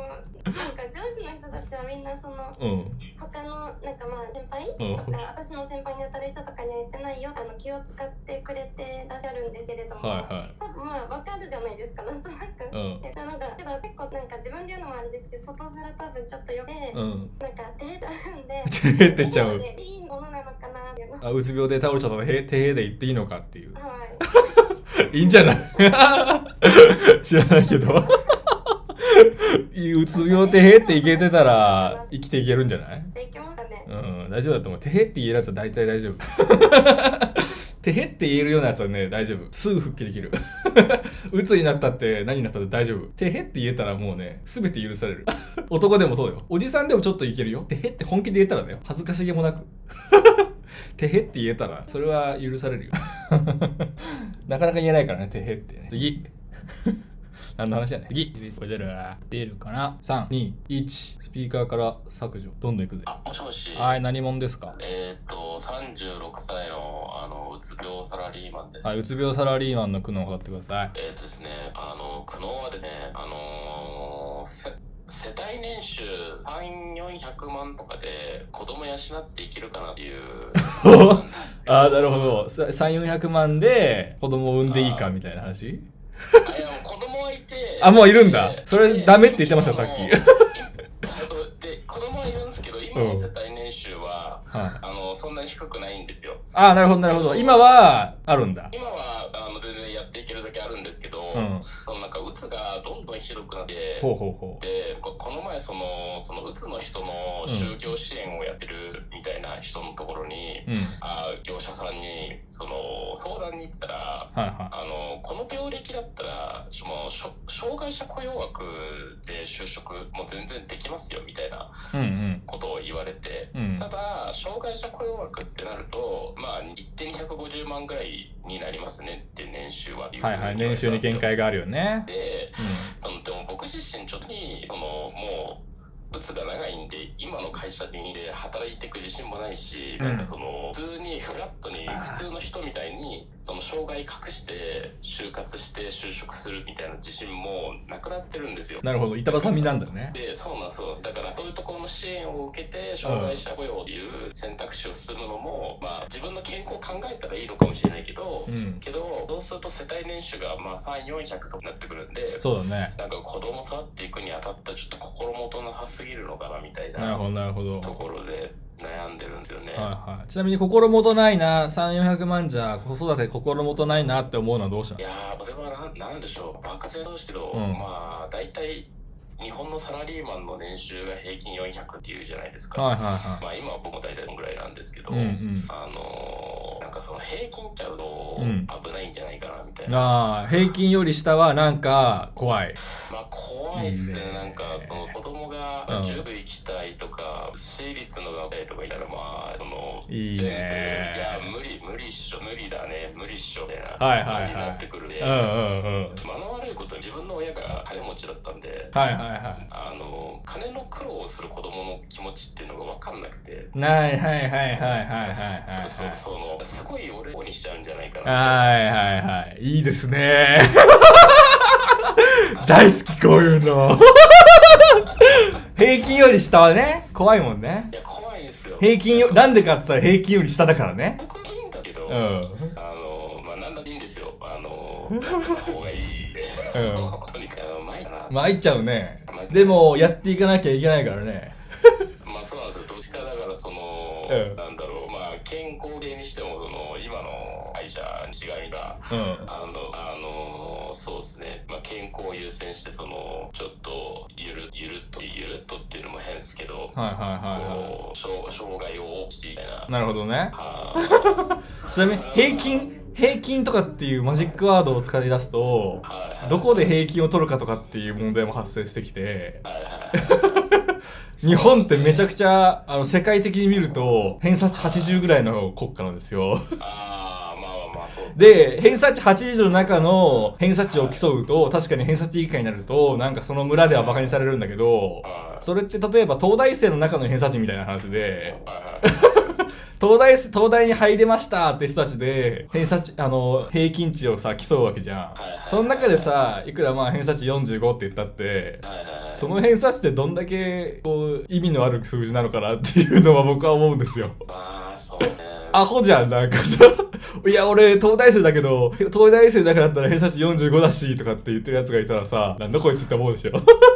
Speaker 7: なんか上司の人たちはみんなその
Speaker 1: うん
Speaker 7: 他のなんかまあ先輩
Speaker 1: うん
Speaker 7: とか私の先輩に当たる人とかには言ってないよあの気を使ってくれてらっしゃるんですけれども、
Speaker 1: はいは
Speaker 7: 多分まあわかるじゃないですかなんとなく。
Speaker 1: いうん
Speaker 7: でなんかけど結構なんか自分で言うのもあれですけど外面多分ちょっとよくて、
Speaker 1: うん
Speaker 7: なんか手出ちゃうんで
Speaker 1: 手出てしちゃう
Speaker 7: でいいものなのかなっていうのは
Speaker 1: あうつ病で倒れちゃったらへ手で行っていいのかっていう
Speaker 7: い
Speaker 1: いいんじゃない知らない けどうつ病でへっていけてたら生きていけるんじゃない
Speaker 7: できますかね
Speaker 1: うん、大丈夫だと思う。てへって言えるやつは大体大丈夫。てへって言えるようなやつはね、大丈夫。すぐ復帰できる。 うつになったって何になったって大丈夫。てへって言えたらもうね、すべて許される。 男でもそうよ。おじさんでもちょっといけるよ。てへって本気で言えたらだよ。恥ずかしげもなく。 てへって言えたら、それは許されるよ。 なかなか言えないからね、てへってね。次。 何の話やねん次。出る出るかな ?3、2、1。スピーカーから削除。どんどんいくぜ。
Speaker 8: あ、もしもし。
Speaker 1: はい、何者ですか
Speaker 8: えーっと、36歳の、あの、うつ病サラリーマンです。
Speaker 1: はい、うつ病サラリーマンの苦悩を語ってください。。
Speaker 8: えーっとですね、あの、苦悩はですね、あのーせ世帯年収3、400万とかで子供養っていけるかなっていう
Speaker 1: ああ、なるほど。さ3、400万で子供を産んでいいかみたいな話
Speaker 8: あいや子供はいて
Speaker 1: あもういるんだ
Speaker 8: で
Speaker 1: それ
Speaker 8: で
Speaker 1: ダメって言ってましたさっき
Speaker 8: 今ので子供はいるんですけど今の世帯年収は、
Speaker 1: はい
Speaker 8: あのそんなに低くないんですよ
Speaker 1: ああ、なるほど、なるほど。今は、あるんだ。
Speaker 8: 今はあの全然やっていけるだけあるんですけど、
Speaker 1: うん
Speaker 8: そのなんかうつがどんどんひどくなって
Speaker 1: ほうほうほう。
Speaker 8: でここの前そのそのうつの人の就業支援をやってるみたいな人のところに、
Speaker 1: うん。
Speaker 8: あ業者さんにその相談に行ったら
Speaker 1: はいは。
Speaker 8: あのこの病歴だったらそのしょ障害者雇用枠で就職も全然できますよみたいない
Speaker 1: うん
Speaker 8: ことを言われて
Speaker 1: うん。うん。
Speaker 8: ただ障害者雇用枠ってなるとまあ一定250万ぐらいになりますねって年収はってうふう
Speaker 1: はい
Speaker 8: 言わ
Speaker 1: は
Speaker 8: れた
Speaker 1: い。
Speaker 8: んで
Speaker 1: 練
Speaker 8: す
Speaker 1: 習
Speaker 8: よ
Speaker 1: に限界があるよね。
Speaker 8: で
Speaker 1: う
Speaker 8: そのでも僕自身ちょっとにそのもう鬱が長いんで今の会社にで働いていく自信もないし、
Speaker 1: うん
Speaker 8: なんかその普通にフラットに普通の人みたいにその障害隠して就活して就職するみたいな自信もなくなってるんですよ
Speaker 1: ん。。なるほど。板挟みなんだね。
Speaker 8: でそうなんそうだからそういうところの支援を受けて障害者雇用っていう選択肢を進むのも、まあ、自分の健康を考えたらいいのかもしれないけど、
Speaker 1: うん。
Speaker 8: けどそうすると世帯年収がまあ3400とかになってくるんで
Speaker 1: そうだね。
Speaker 8: なんか子供去っていくにあたったちょっと心もとなさすぎるのかなみたい
Speaker 1: なる
Speaker 8: な
Speaker 1: ほど、なるほど。
Speaker 8: ところで悩んでるんですよね。
Speaker 1: はいはい。ちなみに心もとないな、3、400万じゃ、子育て心もとないなって思うのはどうした
Speaker 8: い、やーこれはななんでしょう漠然としてど、
Speaker 1: うん
Speaker 8: まあ大体日本のサラリーマンの年収が平均400っていうじゃないですか。
Speaker 1: はいはいは
Speaker 8: まあ今は僕も大体そのぐらいなんですけど、
Speaker 1: い。うんうん。
Speaker 8: あのーなんかその平均ちゃうと
Speaker 1: うん
Speaker 8: 危ないんじゃないかなみたいな。
Speaker 1: ああ、平均より下はなんか怖い。
Speaker 8: まあ怖いっすね
Speaker 1: いいね
Speaker 8: なんかその子供が
Speaker 1: うん
Speaker 8: 塾行きたいとか、私立の学校とかいたらまあその
Speaker 1: いい
Speaker 8: 全部
Speaker 1: ね
Speaker 8: いや無理無理っしょ無理だね無理っしょみたいな
Speaker 1: はいはいはい
Speaker 8: になってくるんで、
Speaker 1: うんうんうん。
Speaker 8: 間の悪いことに自分の親が金持ちだったんで。
Speaker 1: はいはいは
Speaker 8: あの金の苦労をする子供の気持ちっていうのが分かんなくて、
Speaker 1: い。ないはいはいはいはいはいはい。
Speaker 8: そそのすごい俺をにしちゃうんじゃないかな
Speaker 1: はいはいはい。いいですね。 大好きこういうの。 平均より下はね、怖いもんね
Speaker 8: い。や怖いんですよ
Speaker 1: 平均よ、なんでかって言ったら平均より下だからね。
Speaker 8: 僕いいんだけど、
Speaker 1: うん。
Speaker 8: あのまあ何だっていいんですよあのやった方がいいんで、
Speaker 1: う
Speaker 8: とにかくあの前だな、ま
Speaker 1: 参っちゃうね。でも、やっていかなきゃいけないからね。
Speaker 8: あそうなんですよどっちかだからその、
Speaker 1: うん
Speaker 8: なんだろうまあ健康系にしてもその今の会社違いが
Speaker 1: うん。
Speaker 8: あのあのそうですね、まあ、健康を優先してそのちょっとゆるゆるっとゆるっとっていうのも変ですけど、
Speaker 1: はいはいはいは。
Speaker 8: こう障障害を負ってみたいない
Speaker 1: なるほどね。
Speaker 8: あ
Speaker 1: ちなみに、平均、平均とかっていうマジックワードを使い出すと、
Speaker 8: ーはいはい
Speaker 1: どこで平均を取るかとかっていう問題も発生してきて、
Speaker 8: はいはい
Speaker 1: 日本ってめちゃくちゃ、あの、世界的に見ると、偏差値80ぐらいの国家なんですよ。
Speaker 8: ああ、まあまあまあ、そう
Speaker 1: で、偏差値80の中の偏差値を競うと、確かに偏差値以下になると、なんかその村では馬鹿にされるんだけど、それって例えば東大生の中の偏差値みたいな話で、東大、東大に入れましたって人たちで、偏差値、あの、平均値をさ、競うわけじゃん。その中でさ、いくらまあ偏差値45って言ったって、その偏差値ってどんだけ、こう、意味のある数字なのかなっていうのは僕は思うんですよ。
Speaker 8: まあそうね
Speaker 1: アホじゃん、なんかさ。いや、俺、東大生だけど、東大生だからだったら偏差値45だし、とかって言ってる奴がいたらさ、なんだこいつって思うで しょ。
Speaker 8: まあまあ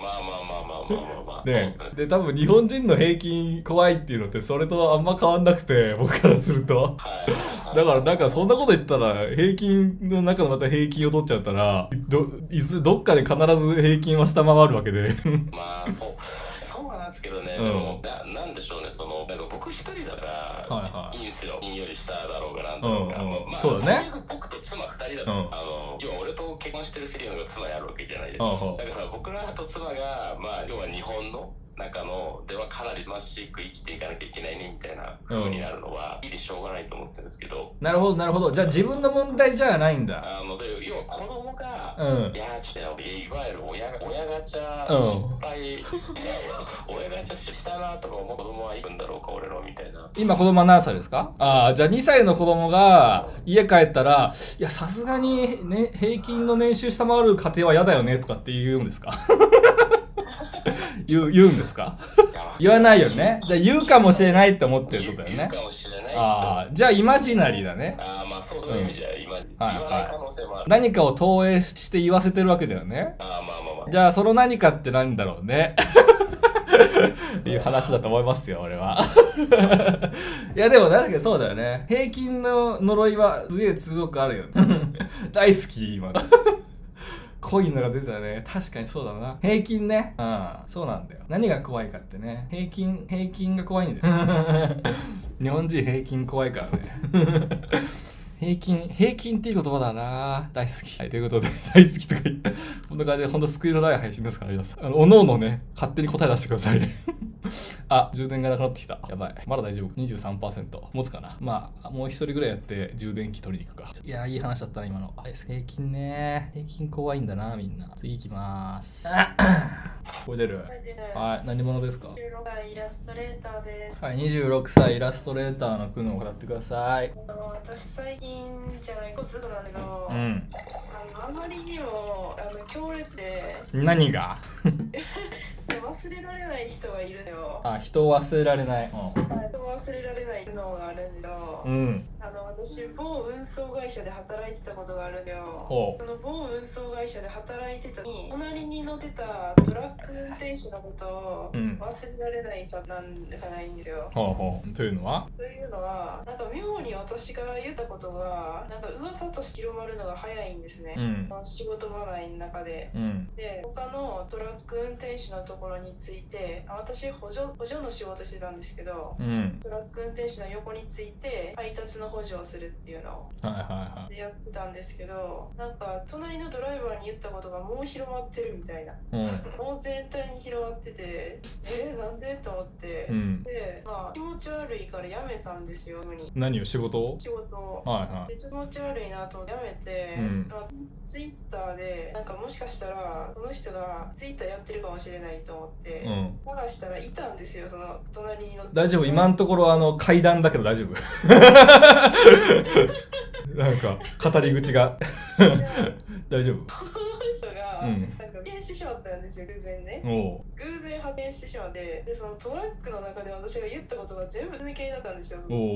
Speaker 8: まあまあまあまあまあ
Speaker 1: ねで、多分日本人の平均怖いっていうのって、それとあんま変わんなくて、 僕からすると。だからなんかそんなこと言ったら、平均の中のまた平均を取っちゃったら、ど、いず、どっかで必ず平均は下回るわけで。
Speaker 8: まあそうそうなんですけどね、
Speaker 1: うん
Speaker 8: でもななんでしょうねそのなんか僕一人だから、
Speaker 1: はいはい
Speaker 8: いんですよ金より下だろうがなんだろうが、
Speaker 1: うんうん
Speaker 8: まあまあ
Speaker 1: そうだね
Speaker 8: 最悪僕と妻二人だと、
Speaker 1: うん
Speaker 8: あの要は俺と結婚してるセリオが妻やるわけじゃないです
Speaker 1: う
Speaker 8: か、
Speaker 1: んうん
Speaker 8: だから僕らと妻がまあ要は日本の中のではかなりましく生きていかなきゃいけないねみたいな風になるのは、いいでしょうがないと思ってるんですけど
Speaker 1: なるほど、なるほど。じゃあ自分の問題じゃないんだ。
Speaker 8: あので要は子供が、
Speaker 1: うん
Speaker 8: い。やーちょっとねいわゆる親が親ガチャ
Speaker 1: うん
Speaker 8: 失敗、 親ガチャしたなとか思う子供はいるんだろうか俺のみたいな
Speaker 1: 今子供は何歳ですかああ、じゃあ2歳の子供が家帰ったら、いや、さすがに、ね、平均の年収下回る家庭は嫌だよねとかって言うんですか 言う、言うんですか言わないよね。じゃあ言うかもしれないって思ってるってことだよ
Speaker 8: 言う
Speaker 1: ね
Speaker 8: か。もしれないあ
Speaker 1: ああ、じゃあイマジナリーだね。
Speaker 8: あーまあそうそういう意味じゃ今、言わない可能性もある、
Speaker 1: 何かを投影して言わせてるわけだよね。
Speaker 8: ああまあまあまあ
Speaker 1: じゃあその何かって何だろうね。っていう話だと思いますよ、俺は。いや、でも確かにそうだよね。平均の呪いはすげえ強くあ るよね。大好き、今。濃いのが出たね。確かにそうだな。平均ね。うん。そうなんだよ。何が怖いかってね。平均、平均が怖いん だよ。日本人平均怖いからね。平均、平均っていい言葉だな大好き。はい、ということで、 大好きとか言って、こんな感じで、ほんと救いのない配信ですから、皆さん。あの、おのおのね、勝手に答え出してくださいね。 あ、充電がなくなってきた。やばい。まだ大丈夫。23%。持つかな。まあ、もう一人ぐらいやって、充電器取りに行くか。 いやー、いい話だったな、今の。あ平均ね平均怖いんだな、みんな。次行きまーす。 これ出る。はい、何者ですか
Speaker 10: 16歳イラストレーターです。
Speaker 1: はい、26歳イラストレーターの苦悩を語ってください。
Speaker 10: あの私最近じゃないことずっとなんだけど、
Speaker 1: う
Speaker 10: あ
Speaker 1: ん。
Speaker 10: のあまりにもあの強烈で
Speaker 1: 何が
Speaker 10: で忘れられない人がいるのよ。
Speaker 1: あ、人を忘れられない。
Speaker 10: 忘れられないのがあるんだけど、
Speaker 1: うん。
Speaker 10: あの私某運送会社で働いてたことがあるんだよ。
Speaker 1: ほ
Speaker 10: その某運送会社で働いてたに隣に乗ってたトラック運転手のことを
Speaker 1: うん
Speaker 10: 忘れられないじゃなんかないんですよ
Speaker 1: う。。ほうほう。というのは
Speaker 10: というのはなんか妙に私が言ったことがなんか噂として広まるのが早いんですね、
Speaker 1: ん。
Speaker 10: 仕事場内の中で
Speaker 1: うん。
Speaker 10: で他のトラック運転手のところについてあ私補助補助の仕事してたんですけど
Speaker 1: うん。
Speaker 10: トラック運転手の横について配達の補助をするっていうのを
Speaker 1: はいはいは。
Speaker 10: でやってたんですけどなんか隣のドライバーに言ったことがもう広まってるみたいない
Speaker 1: うん。
Speaker 10: もう全体に広まっててえー、なんでと思って、
Speaker 1: うん。
Speaker 10: でまあ気持ち悪いからやめたんですよ無に
Speaker 1: 何を仕事を
Speaker 10: 仕事を。
Speaker 1: はいはい。
Speaker 10: で気持ち悪いなと思ってやめて、
Speaker 1: うん
Speaker 10: まあ、ツイッターでなんかもしかしたらその人がツイッターやってるかもしれないと思って、
Speaker 1: うん。
Speaker 10: 流したらいたんですよその隣に乗って
Speaker 1: 大丈夫今のところあの階段だけど大丈夫 なんか語り口 が大
Speaker 10: そ
Speaker 1: 丈夫
Speaker 10: の人が、
Speaker 1: うん
Speaker 10: なんか発見してしまったんですよ偶然ね
Speaker 1: おう
Speaker 10: 偶然発見してしまってでそのトラックの中で私が言ったことが全部抜けだったんですよ
Speaker 1: おうおうおう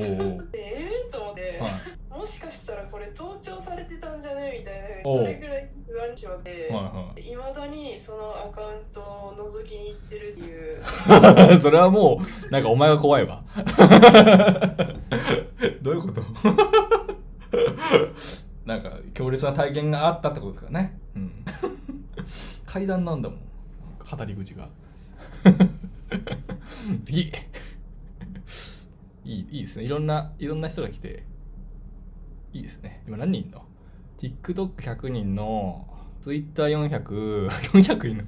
Speaker 10: でえー、と思って、
Speaker 1: は
Speaker 10: もしかしたらこれ盗聴されてたんじゃねみたいな
Speaker 1: おう
Speaker 10: それぐらい不安にしまって
Speaker 1: いはい
Speaker 10: まだにそのアカウントを覗きに行ってるって いう
Speaker 1: いはい それはもうなんかお前が怖いわ どういうこと なんか強烈な体験があったってことですからね、 うん、階段なんだもんなんか語り口が次いいいいですねいろんないろんな人が来ていいですね今何人いんの TikTok100 人の Twitter400400 人の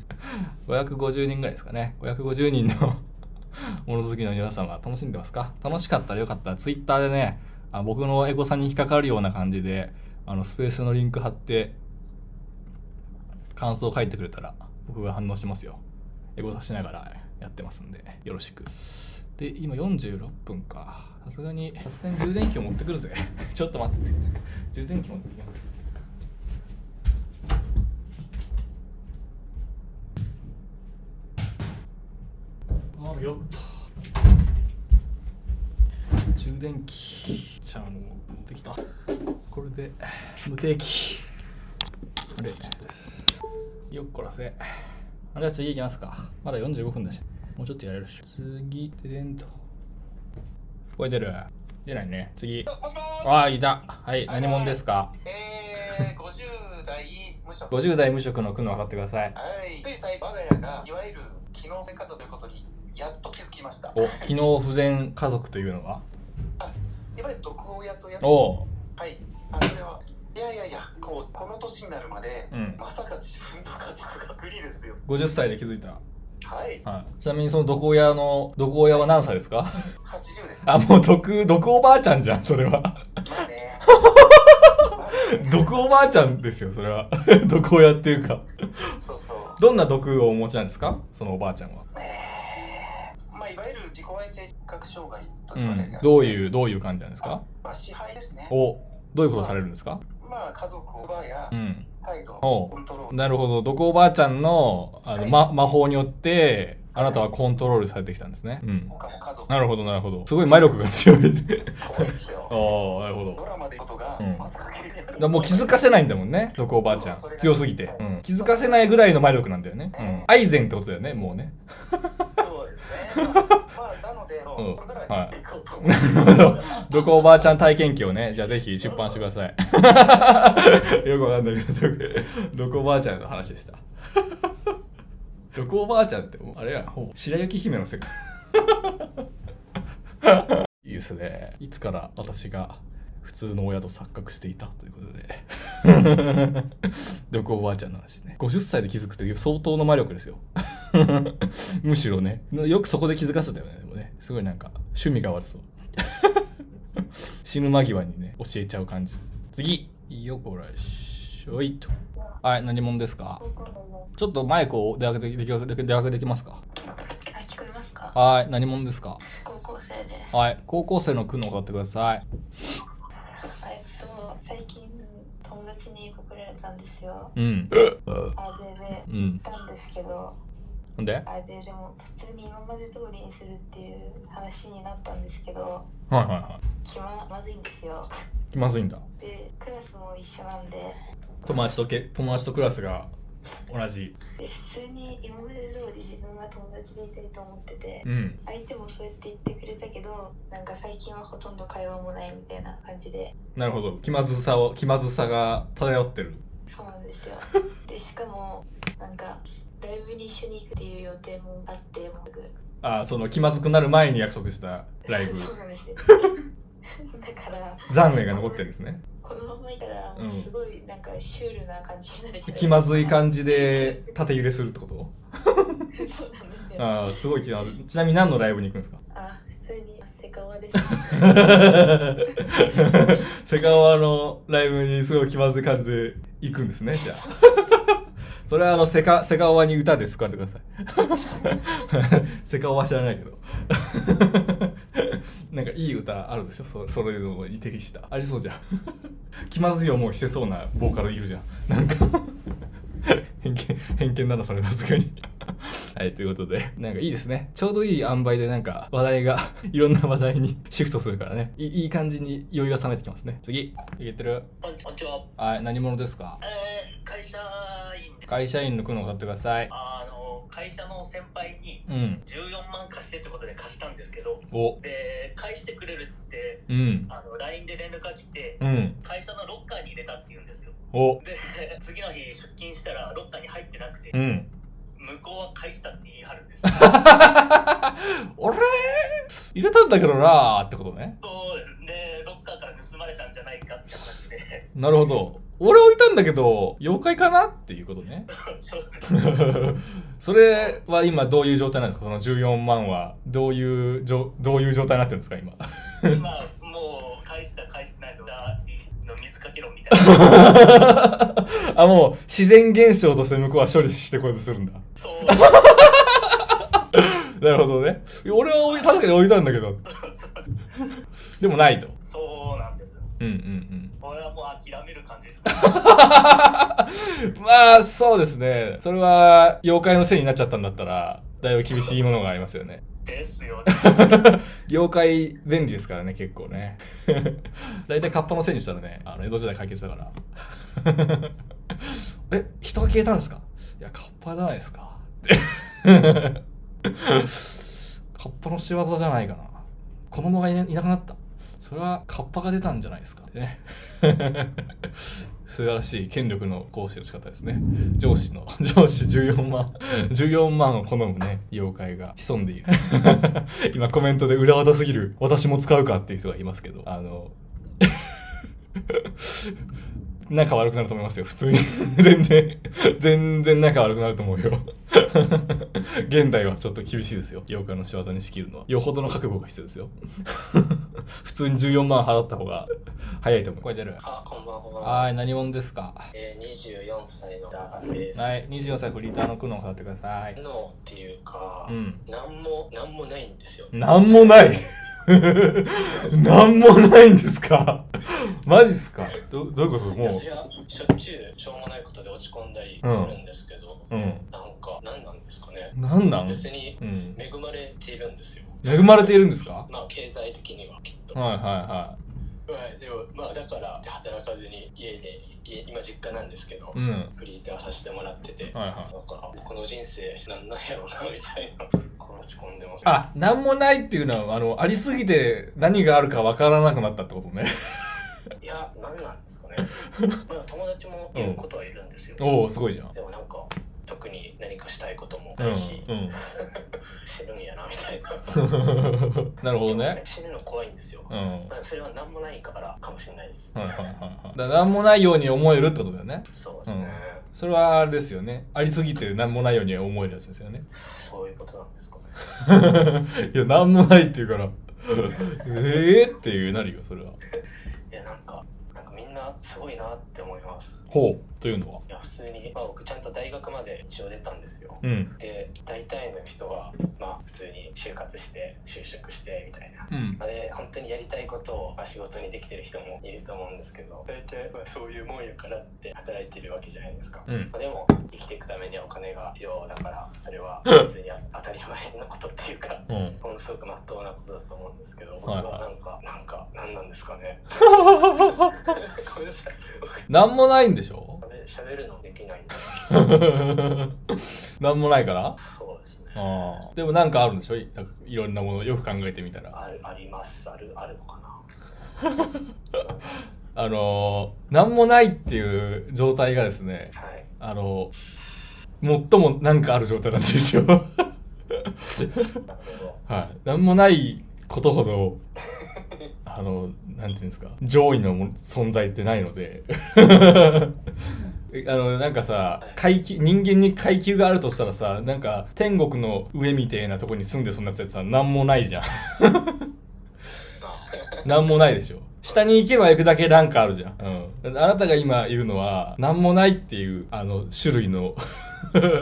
Speaker 1: 550人ぐらいですかね550人のもの好きの皆様楽しんでますか楽しかったらよかったら Twitter でねあ僕のエゴさに引っかかるような感じであのスペースのリンク貼って感想を書いてくれたら僕が反応しますよエゴさしながらやってますんでよろしくで今46分かさすがにさすがに充電器を持ってくるぜ ちょっと待ってて充電器持ってきますあよっと充電器ちゃんを持ってきたこれで無定期あれですよっこらせあじゃあ次行きますかまだ45分だしもうちょっとやれるっしょ次ででんと声出る出ないね次ああいたはい何者ですか
Speaker 11: えー、50代無職。
Speaker 1: 50代無職の苦悩を測ってください
Speaker 11: はい。つい最近、我が家が、いわゆる機能生活ということに、やっと気づきました。
Speaker 1: お機能不全家族というのはい
Speaker 11: わゆる毒親とやつ。
Speaker 1: おう
Speaker 11: はい。あ、それは。いやいやいや、こう、この年になるまで、
Speaker 1: うん
Speaker 11: まさか自分の家族がグリですよ。
Speaker 1: 50歳で気づいた
Speaker 11: はい。
Speaker 1: はい、ちなみにその毒親の毒親は何歳ですか
Speaker 11: 80です。
Speaker 1: あもう毒毒おばあちゃんじゃんそれは
Speaker 11: まあね。
Speaker 1: 毒おばあちゃんですよそれは 毒親っていうか
Speaker 11: そうそう。
Speaker 1: どんな毒をお持ちなんですかそのおばあちゃんは、
Speaker 11: えー、まあ、いわゆる自己愛性覚障害と
Speaker 1: う
Speaker 11: 言われる
Speaker 1: ん
Speaker 11: や、つ。
Speaker 1: どういうどういう感じなんですか
Speaker 11: まあ、支配ですね。
Speaker 1: おどういうことされるんですか
Speaker 11: まあ、家族、おばあや
Speaker 1: うん
Speaker 11: 態度、
Speaker 1: おう
Speaker 11: コントロール。
Speaker 1: なるほど毒おばあちゃんのあの、ま、魔法によってあなたはコントロールされてきたんですねうん
Speaker 11: 他も家族、
Speaker 1: なるほどなるほどすごい魔力が強い
Speaker 11: 怖いです よ。
Speaker 1: おーなるほど
Speaker 11: ドラマでことが、
Speaker 1: うん
Speaker 11: まさか経験
Speaker 1: だからもう気づかせないんだもんね、どこおばあちゃん
Speaker 11: そうそれ。が
Speaker 1: 強すぎて、うん気づかせないぐらいの魔力なんだよね。うん。アイゼンってことだよね、もうね。
Speaker 11: そうですね。まあ、まあなので、
Speaker 1: ん
Speaker 11: これから
Speaker 1: はい
Speaker 11: 行こうと思います
Speaker 1: どこおばあちゃん体験記をね、じゃあぜひ出版してくださ い。よくわかんないけど、どこおばあちゃんの話でした。 どこおばあちゃんって、あれや、ほぼ白雪姫の世界。 いいですね。いつから私が普通の親と錯覚していたということで。 どこおばあちゃんの話ね。50歳で気づくって相当の魔力ですよ。むしろね。よくそこで気づかせたよね。でもね。すごいなんか、趣味が悪 そう。死ぬ間際にね、教えちゃう感じ。次よこらしょいと。はい、何者ですかちょっとマイクを出かけできできでできますか
Speaker 12: あ、聞こえますか
Speaker 1: はい、何者ですか
Speaker 12: 高校生です。
Speaker 1: はい、高校生の苦悩を語ってください。
Speaker 12: えっと、最近友達に告られたんですよ。
Speaker 1: うん。
Speaker 12: あれでね、
Speaker 1: う
Speaker 12: 言
Speaker 1: ん
Speaker 12: ったんですけど、
Speaker 1: ほんで
Speaker 12: あれででも普通に今まで通りにするっていう話になったんですけど、
Speaker 1: はいはいは
Speaker 12: 気ままずいんですよ。
Speaker 1: い。気まずいんだ。
Speaker 12: で、クラスも一緒なんで、
Speaker 1: 友達とけ友達とクラスが同じ。
Speaker 12: で普通に今まで通り自分が友達でいたいと思ってて、
Speaker 1: うん
Speaker 12: 相手もそうやって言ってくれたけど、なんか最近はほとんど会話もないみたいな感じで、
Speaker 1: なるほど。気まずさを、気まずさが漂ってる。
Speaker 12: そうなんですよ。で、しかも、なんか、ライブに一緒に行くっていう予定もあって、僕。
Speaker 1: あー、その気まずくなる前に約束したライブ。
Speaker 12: そうなんですよ。だから、
Speaker 1: 残念が残ってるんですね。
Speaker 12: このままいたら、
Speaker 1: うん
Speaker 12: すごい、なんか、シュールな感じになるじゃないですか
Speaker 1: 気まずい感じで縦揺れするってこと
Speaker 12: そうなんですよ。
Speaker 1: ああすごい気まずいちなみに何のライブに行くんですか
Speaker 12: あ、普通に、セカオワです。
Speaker 1: セカオワのライブにすごい気まずい感じで行くんですねじゃあそれはあのセカセカオワに歌で救われてください セカオワ知らないけど なんかいい歌あるでしょそそれのに適したありそうじゃん 気まずい思いしてそうなボーカルいるじゃんなんか 偏見偏見なのそれはさすがにはいということでなんかいいですねちょうどいい塩梅でなんか話題が いろんな話題に シフトするからねいいいい感じに酔いが冷めてきますね次いけてる
Speaker 13: こんにちは。
Speaker 1: はい何者ですか
Speaker 13: えー、会社員です。
Speaker 1: 会社員の苦悩を買ってください
Speaker 13: あの会社の先輩に
Speaker 1: うん
Speaker 13: 14万貸してってことで貸したんですけど、
Speaker 1: お
Speaker 13: で返してくれるって、
Speaker 1: うん
Speaker 13: あの LINE で連絡が来て、
Speaker 1: うん
Speaker 13: 会社のロッカーに入れたって言うんですよ。
Speaker 1: お
Speaker 13: で、 次の日出勤したらロッカーに入ってなくて、
Speaker 1: うん
Speaker 13: 向こうは返したって言い張るんです。
Speaker 1: 俺入れたんだけどなーってことね
Speaker 13: そうですね、ロッカーから盗まれたんじゃないかって話で、
Speaker 1: なるほど俺置いたんだけど妖怪かなっていうことね
Speaker 13: そう
Speaker 1: それは今どういう状態なんですかその14万はどういうじょどういう状態になってるんですか今
Speaker 13: 今もう返した
Speaker 14: けろみたいな
Speaker 1: あもう自然現象として向こうは処理してこうとするんだ
Speaker 14: そう
Speaker 1: なるほどね俺は置い確かに置いたんだけどでもないと
Speaker 14: そうなんです
Speaker 1: うんうんうん
Speaker 14: 俺はもう諦める感じです
Speaker 1: まあそうですねそれは妖怪のせいになっちゃったんだったらだいぶ厳しいものがありますよね
Speaker 14: ですよね
Speaker 1: 妖怪便利ですからね結構ね 大体カッパのせいにしたらねあの江戸時代解決 だからえ人が消えたんですかいやカッパじゃないですかカッパの仕業じゃないかな子供がい,、いなくなったそれはカッパが出たんじゃないですかね 素晴らしい権力の行使の仕方ですね上司の 上司14万14万を好むね妖怪が潜んでいる 今コメントで裏技すぎる私も使うかっていう人がいますけどあの仲悪くなると思いますよ普通に 全然全然仲悪くなると思うよ 現代はちょっと厳しいですよ妖怪の仕業に仕切るのはよほどの覚悟が必要ですよ 普通に14万払った方が早いと思う声出る
Speaker 3: あ、こんばんは。
Speaker 1: はい何者ですか
Speaker 3: えー、24歳のダーです。
Speaker 1: はい24歳フリーターの苦悩を払ってください
Speaker 3: のっていうか、
Speaker 1: うん
Speaker 3: なんも、なんもないんですよ。
Speaker 1: なんもない なんもないんですかマジっすかどどういうこともう
Speaker 3: 私はしょっちゅうしょうもないことで落ち込んだりするんですけど、
Speaker 1: うんうん
Speaker 3: なんか何なんですかね
Speaker 1: なんなん
Speaker 3: 別に
Speaker 1: うん
Speaker 3: 恵まれているんですよ、
Speaker 1: 恵まれているんですか
Speaker 3: まあ経済的にはきっと
Speaker 1: はいはいは
Speaker 3: はいでもまあだから働かずに家で家今実家なんですけど、
Speaker 1: うん
Speaker 3: フリーターさせてもらってて、
Speaker 1: はいはい
Speaker 3: だから僕の人生なんなんやろうなみたいな落ち込んでます
Speaker 1: あ、なんもないっていうのは、あの、ありすぎて何があるかわからなくなったってことね。
Speaker 3: いや何なんですか ねまあ友達もいることはいるんですよ、
Speaker 1: うんおーすごいじゃん
Speaker 3: でもなんか特に何かしたいことも
Speaker 1: う
Speaker 3: ないし、
Speaker 1: ん。うん。
Speaker 3: 死ぬんやなみたいな
Speaker 1: なるほど ね。
Speaker 3: 死ぬの怖いんですよ、
Speaker 1: うん
Speaker 3: まあ、それは何もないからかもしれないです、
Speaker 1: はいはいはいはい。だからなんもないように思えるってことだよね。
Speaker 3: そう
Speaker 1: う
Speaker 3: ですね
Speaker 1: ん。それはあれですよね。ありすぎてなんもないように思えるやつですよね。
Speaker 3: そういうことなんですかね
Speaker 1: いや、なんもないっていうから。ええっていうなるよ、それは。
Speaker 3: いやなんかなんかみんなすごいなって思います
Speaker 1: ほう。というのは。
Speaker 3: いや普通に、まあ、僕ちゃんと大学まで一応出たんですよ、
Speaker 1: うん
Speaker 3: で大体の人はまあ普通に就活して就職してみたいな、
Speaker 1: うん
Speaker 3: まあで本当にやりたいことをまあ仕事にできてる人もいると思うんですけど大体まあそういうもんやからって働いてるわけじゃないですか、
Speaker 1: うん
Speaker 3: まあ、でも生きていくためにはお金が必要だからそれは普通に当たり前のことっていうか、
Speaker 1: うん
Speaker 3: ものすごく真っ当なことだと思うんですけど僕
Speaker 1: はい
Speaker 3: は
Speaker 1: はい
Speaker 3: なんか、なんか何なんですか ねごめんなさい
Speaker 1: なんもないんでしょ
Speaker 3: 喋るのできないんだ
Speaker 1: なんもないから
Speaker 3: そうですね
Speaker 1: ああ。でもなんかあるんでしょいいろんなものをよく考えてみたら。
Speaker 3: あるありますあるあるのかな
Speaker 1: あのー、なんもないっていう状態がですね、あのー、最もなんかある状態なんですよ。はい。なんもないことほど、あの、なんていうんですか、上位のも存在ってないので。 えあの、なんかさ、階級、人間に階級があるとしたらさ、なんか、天国の上みたいなとこに住んでそんなやつやつはなんもないじゃん。なんもないでしょ。下に行けば行くだけランクあるじゃん。うん。あなたが今いるのは、なんもないっていう、あの、種類の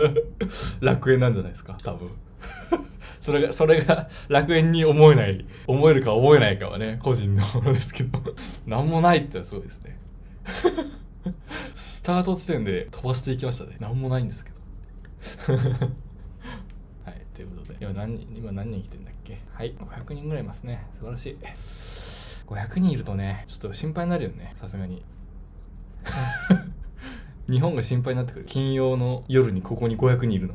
Speaker 1: 楽園なんじゃないですか、多分。 それが、それが 楽園に思えない、思えるか思えないかはね、個人のものですけど、 なんもないってのはすごいですね。 スタート地点で飛ばしていきましたね。なんもないんですけど。はい、ということで、今何人、今何人来てんだっけはい、500人ぐらいいますね。素晴らしい。500人いるとね、ちょっと心配になるよね、さすがに。 日本が心配になってくる。金曜の夜にここに500人いるの。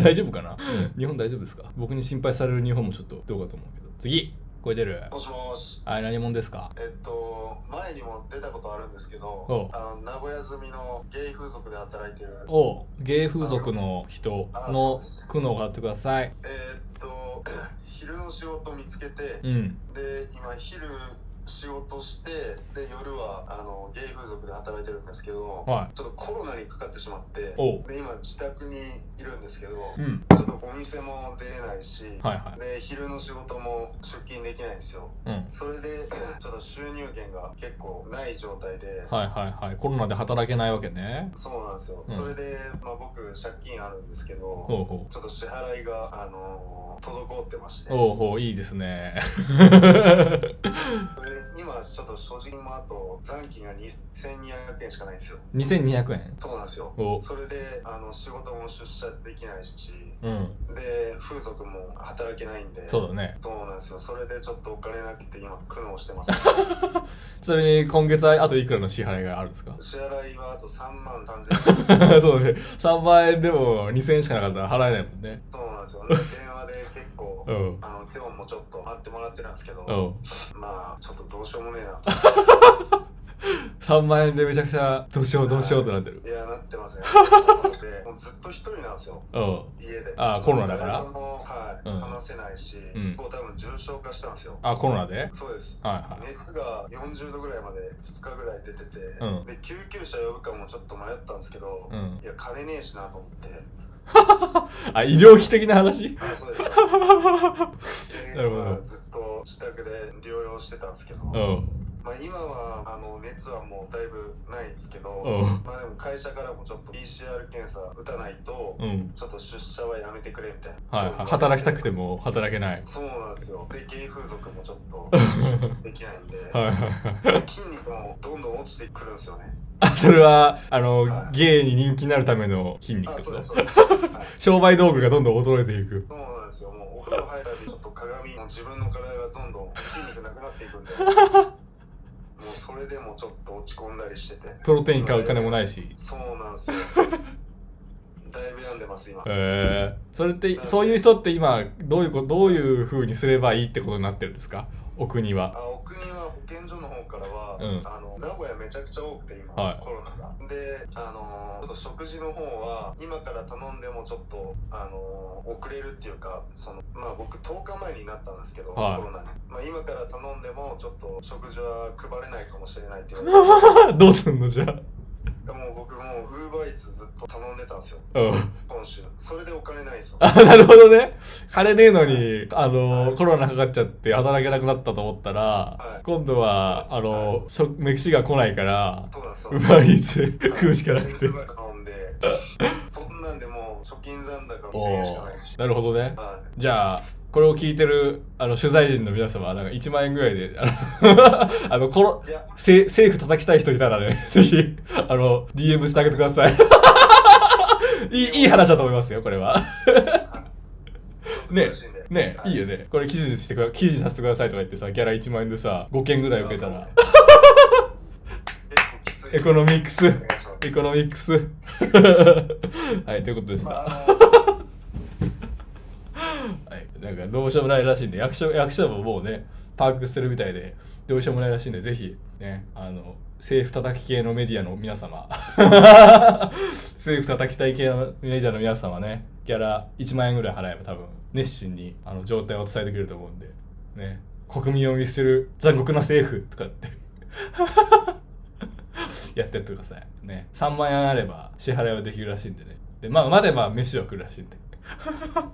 Speaker 1: 大丈夫かな、日本大丈夫ですか僕に心配される日本もちょっとどうかと思うけど。次声出る
Speaker 15: もしもし
Speaker 1: はい、何者ですか
Speaker 15: えっと前にも出たことあるんですけ
Speaker 1: おう
Speaker 15: どあの名古屋住みのゲイ風俗で働いてる
Speaker 1: おう、芸風俗の人の苦悩を払ってください。
Speaker 15: えーっと昼の仕事見つけて、
Speaker 1: うん
Speaker 15: で今昼仕事してで夜はあのゲイ風俗で働いてるんですけど、
Speaker 1: はい
Speaker 15: ちょっとコロナにかかってしまって
Speaker 1: おう
Speaker 15: で今自宅にいるんですけど、
Speaker 1: うん
Speaker 15: ちょっとお店も出れないし、
Speaker 1: はいは
Speaker 15: で昼の仕事も出勤できないんですよ
Speaker 1: うん
Speaker 15: それで ちょっと収入源が結構ない状態で、
Speaker 1: はいはいはいコロナで働けないわけね
Speaker 15: そうなんですよ、
Speaker 1: うん
Speaker 15: それで、まあ、僕借金あるんですけど
Speaker 1: ほうほ
Speaker 15: ちょっと支払いが、あの滞ってまして
Speaker 1: おうほういいですね
Speaker 15: それで今ちょっと所持金もあと残金が2200円しかないんですよ
Speaker 1: 2200円
Speaker 15: そうなんですよ
Speaker 1: お
Speaker 15: それであの仕事も出社できないし
Speaker 1: うん
Speaker 15: で風俗も働けないんで
Speaker 1: そうだね
Speaker 15: そうなんですよそれでちょっとお金なくて今苦悩してます
Speaker 1: ちなみに今月はあといくらの支払いがあるんですか
Speaker 15: 支払いはあと3万3000円
Speaker 1: そうだね3万円でも2000円しかなかったら 払えないもんね
Speaker 15: そうなんですよ、ね、電話で結構、
Speaker 1: うん
Speaker 15: あの今日もちょっと待ってもらってるんですけど、
Speaker 1: う
Speaker 15: まあちょっとどうしようもねえな
Speaker 1: 3万円でめちゃくちゃどうしようどうしようってなってる
Speaker 15: いやなって ますねでもうずっと一人なんですよ
Speaker 1: うん
Speaker 15: 家で
Speaker 1: あコロナだから
Speaker 15: 誰とも、はい
Speaker 1: うん
Speaker 15: 話せないし、
Speaker 1: うん
Speaker 15: もう多分重症化したんですよ
Speaker 1: あコロナで
Speaker 15: そうです、
Speaker 1: はい
Speaker 15: 熱が40度ぐらいまで2日ぐらい出てて、
Speaker 1: うん
Speaker 15: で救急車呼ぶかもちょっと迷ったんですけど、
Speaker 1: うん
Speaker 15: いや金ねえしなと思って
Speaker 1: あ医療費的な話
Speaker 15: あそうです
Speaker 1: なるほど
Speaker 15: ずっと自宅で療養してたんですけど、
Speaker 1: うん
Speaker 15: まあ、今はあの熱はもうだいぶないんですけど、
Speaker 1: うん
Speaker 15: まあ、でも会社からもちょっと PCR 検査打たないと、
Speaker 1: うん
Speaker 15: ちょっと出社はやめてくれみたいな、
Speaker 1: はい働きたくても働けない
Speaker 15: そうなんですよでゲイ風俗もちょっと できないんで
Speaker 1: はいはいはい
Speaker 15: で筋肉もどんどん落ちてくるんですよね
Speaker 1: あそれはあのゲイに人気になるための筋肉ってこと 商売道具がどんどん衰えていく
Speaker 15: そうなんですよもうお風呂入るたびちょっと鏡も自分の体がどんどん筋肉なくなってい くんでもうそれでもちょっと落ち込んだりしてて
Speaker 1: プロテイン買う金もないし
Speaker 15: そうなんですよだいぶ病んでます今
Speaker 1: えー、それってそういう人って今どういうこどういう風にすればいいってことになってるんですかお国は
Speaker 15: あお国は保健所の方からは、
Speaker 1: うん
Speaker 15: あの名古屋めちゃくちゃ多くて今、
Speaker 1: はい
Speaker 15: コロナがであのちょっと食事の方は今から頼んでもちょっとあの遅れるっていうかそのまあ僕10日前になったんですけど、
Speaker 1: はい
Speaker 15: コロナに、まあ、今から頼んでもちょっと食事は配れないかもしれないっていう
Speaker 1: どうすんのじゃあ
Speaker 15: もう僕もうウーバーイーツずっと頼んでたんですよ
Speaker 1: うん
Speaker 15: 今週それでお金ないんですよ
Speaker 1: あなるほどね金ねえのにあのコロナかかっちゃって働けなくなったと思ったら、今度はあの、しょ飯が来ないからうまいつ食うしかなくて
Speaker 15: 頼んでそんなんでもう貯金残高も
Speaker 1: お
Speaker 15: 1000円しか
Speaker 1: お
Speaker 15: ないし
Speaker 1: なるほどね
Speaker 15: は
Speaker 1: じゃあこれを聞いてるあの取材陣の皆様はなんか1万円ぐらいであ のあのコロせ政府叩きたい人いたらねぜひあの DM してあげてくださいいいいい話だと思いますよこれはねねいいよねこれ記事にしてくだ記事にさせてくださいとか言ってさギャラ1万円でさ5件ぐらい受けたらエコノミックスエコノミックス はいということでした、はい、なんかどうしようもないらしいんで役所役所ももうね把握してるみたいでどうしようもないらしいんでぜひねあの政府叩き系のメディアの皆様 政府叩きたい系のメディアの皆様ねギャラ1万円ぐらい払えば多分熱心にあの状態を伝えてくれると思うんでね国民を見捨てる残酷な政府とかって やってってくださいね3万円あれば支払いはできるらしいんでねでまあ待てば飯は来るらしいんで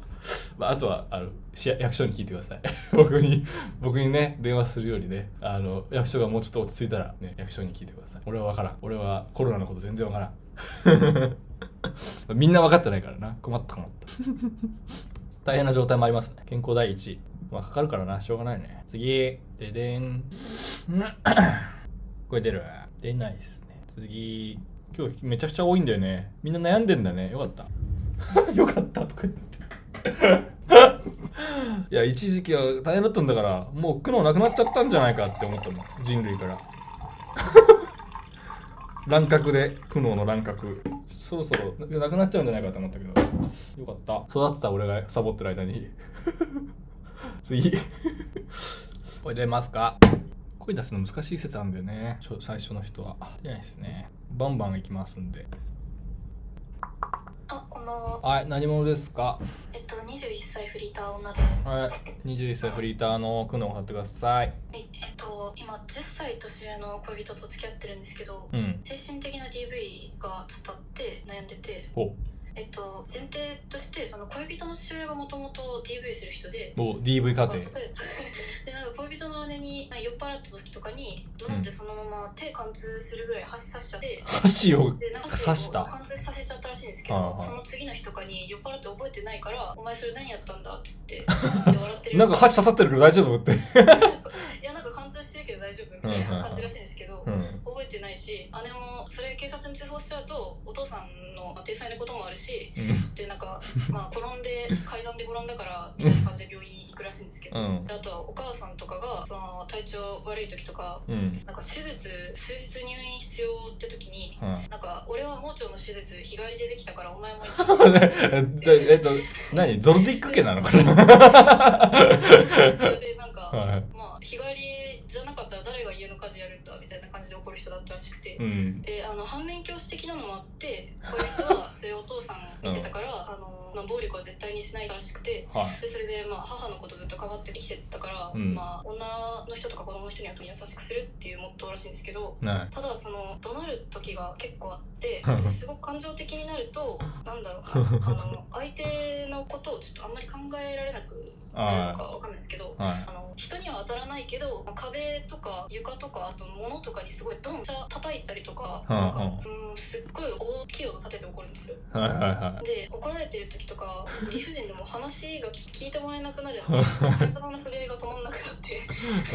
Speaker 1: まあ、あとはあの市役所に聞いてください 僕に僕にね電話するよりねあの役所がもうちょっと落ち着いたら、ね、役所に聞いてください俺は分からん俺はコロナのこと全然分からん みんな分かってないからな困った困った 大変な状態もありますね健康第一まあかかるからなしょうがないね次ででんこれ出る出ないですね次今日めちゃくちゃ多いんだよねみんな悩んでんだねよかった よかったとか言って いや一時期は大変だったんだからもう苦悩なくなっちゃったんじゃないかって思ったもん人類から 乱獲で苦悩の乱獲そろそろななくなっちゃうんじゃないかと思ったけどよかった育ってた俺がサボってる間に 次 これ出ますか声出すの難しい説あるんだよねちょ最初の人は出ないですねバンバンいきますんで
Speaker 7: あ、こんばんは。
Speaker 1: はい何者ですか
Speaker 7: えっと、21歳フリーター女です。
Speaker 1: はい21歳フリーターの苦悩を貼ってくださ
Speaker 7: は
Speaker 1: い
Speaker 7: い、えっと、今10歳年上の恋人と付き合ってるんですけど、
Speaker 1: うん
Speaker 7: 精神的な DV がちょっとあって悩んでて
Speaker 1: お
Speaker 7: えっと、前提としてその恋人の父親がもともと DV する人で
Speaker 1: お DV 家庭
Speaker 7: 例えば でなんか恋人の姉に酔っ払った時とかに怒鳴ってそのまま手貫通するぐらい箸刺しちゃって
Speaker 1: 箸を
Speaker 7: でなんか
Speaker 1: 刺した
Speaker 7: 貫通させちゃったらしいんですけ
Speaker 1: あ
Speaker 7: ど
Speaker 1: あ
Speaker 7: その次の日とかに酔っ払って覚えてないから「お前それ何やったんだ」っつって
Speaker 1: なんか箸刺さってるけど大丈夫って
Speaker 7: いやなんか貫通してるけど大丈夫みたいな感じらしいんですけど、
Speaker 1: うん
Speaker 7: 覚えてないし姉もそれ警察に通報しちゃうとお父さんのまあ体裁のこともあるし、
Speaker 1: うん
Speaker 7: でなんか、まあ、転んで階段で転んだからみたいな感じで病院に行くらしいんですけど、
Speaker 1: うん
Speaker 7: であとはお母さんとかがその体調悪い時とか、
Speaker 1: うん
Speaker 7: なんか手術数日入院必要って時に、
Speaker 1: うん
Speaker 7: なんか俺は盲腸の手術日帰りでできたからお前も一緒に
Speaker 1: えっとえっと何ゾルディック家なの かな
Speaker 7: でなんか、
Speaker 1: はい
Speaker 7: まあ、日帰りじゃなかったら誰が家の家事やるんだみたいな感じで怒る人だったらしくて、
Speaker 1: うん
Speaker 7: であの反面教師的なのもあって恋人 はそれをお父さんが見てたから、あのまあ、暴力は絶対にしないらしくて、
Speaker 1: はい
Speaker 7: でそれで、まあ、母のことずっとかばって生きてたから、
Speaker 1: うん
Speaker 7: まあ、女の人とか子供の人には優しくするっていうモットーらしいんですけど、
Speaker 1: はい
Speaker 7: ただその怒鳴る時が結構あ ってですごく感情的になるとなんだろうなあの相手のことをちょっとあんまり考えられなくなるのかわかんないですけど、
Speaker 1: はい
Speaker 7: あの人には当たらないけどまあ壁とか床とかあと物とかにすごいドンと叩いたりとか
Speaker 1: うん
Speaker 7: なんか
Speaker 1: うん
Speaker 7: うんすっごい大きい音立てて怒るんですよ。
Speaker 1: はいはいはい
Speaker 7: で怒られてる時とか理不尽でも話が聞聞いてもらえなくなる んでちょっと体の震えが止まんなくなって。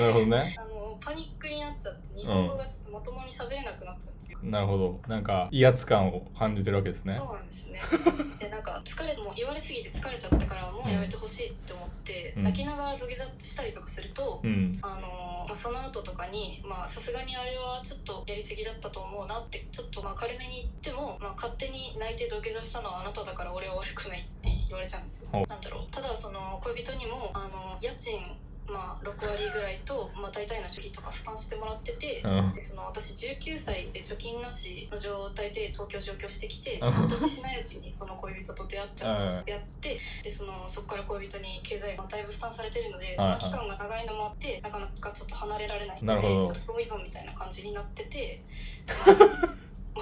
Speaker 1: なるほどね
Speaker 7: あのパニックになっちゃって日本語がちょっとまともに喋れなくなっちゃうんですよ。
Speaker 1: なるほどなんか威圧感を感じてるわけですね
Speaker 7: そうなんですね。 でなんか疲れもう言われすぎて疲れちゃったからもうやめてほしいって思って、
Speaker 1: うん
Speaker 7: 泣きながら土下座したりとかすると、
Speaker 1: うん
Speaker 7: あのーまあその後とかにまあさすがにあれはちょっとやりすぎだったと思うなってちょっとまあ軽めに言ってもまあ勝手に泣いて土下座したのはあなただから俺は悪くないって言われちゃうんですよ。
Speaker 1: ほう
Speaker 7: なんだろう。ただその恋人にもあの家賃まあ、6割ぐらいと、まあ、大体の食費とか負担してもらってて、
Speaker 1: うん
Speaker 7: でその私19歳で貯金なしの状態で東京上京してきて
Speaker 1: うん
Speaker 7: 半年しないうちにその恋人と出会っち
Speaker 1: う
Speaker 7: ゃ
Speaker 1: ん
Speaker 7: 出会ってでそのそこから恋人に経済がだいぶ負担されてるのでそ
Speaker 1: はい
Speaker 7: の
Speaker 1: はい
Speaker 7: 期間が長いのもあってなかなかちょっと離れられない
Speaker 1: な
Speaker 7: の
Speaker 1: る
Speaker 7: で
Speaker 1: ほ
Speaker 7: ちょ
Speaker 1: ど
Speaker 7: っと不依存みたいな感じになってて。 まあ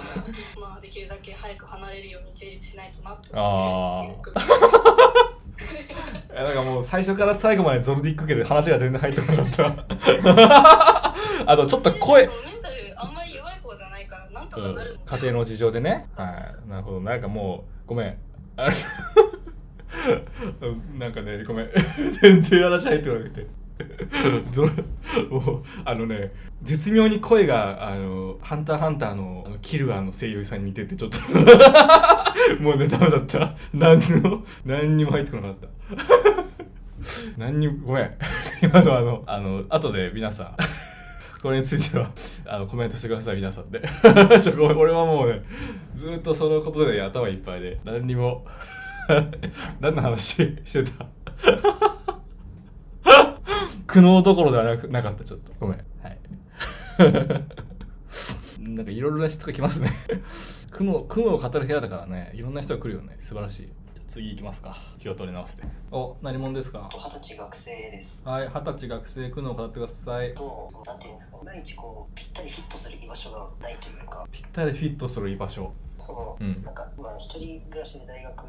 Speaker 7: まあできるだけ早く離れるように自立しないとなって
Speaker 1: あ
Speaker 7: 思ってるっていう
Speaker 1: あなんかもう最初から最後までゾルディック家で話が全然入ってこな かったあとちょっと声
Speaker 7: メンタルあんまり弱い方じゃないからなんとかなるの
Speaker 1: 家庭の事情でね。はい。なるほど。なんかもう、ごめん。 あれなんかね、ごめん。 全然話入ってこなくて。ゾロ もうあのね絶妙に声があの「ハンターハンターの」あのキルアの声優さんに似ててちょっと もうねダメだった何の何にも入ってこなかった 何にもごめん 今のあのあの後で皆さん これについてはあのコメントしてください皆さんで ちょごめん俺はもうねずっとそのことで頭いっぱいで何にも 何の話してた苦悩どころではなくなかったちょっとごめんはい なんかいろいろな人が来ますね 苦悩苦悩を語る部屋だからねいろんな人が来るよね素晴らしいじゃあ次行きますか気を取り直してお何者ですか
Speaker 16: 二十歳学生です。
Speaker 1: はい二十歳学生苦悩を語ってください
Speaker 16: と、そのなんていうんですか、毎日こうぴったりフィットする居場所がないというか、
Speaker 1: ぴったりフィットする居場所
Speaker 16: その、
Speaker 1: うん
Speaker 16: なんか今一人暮らしで大学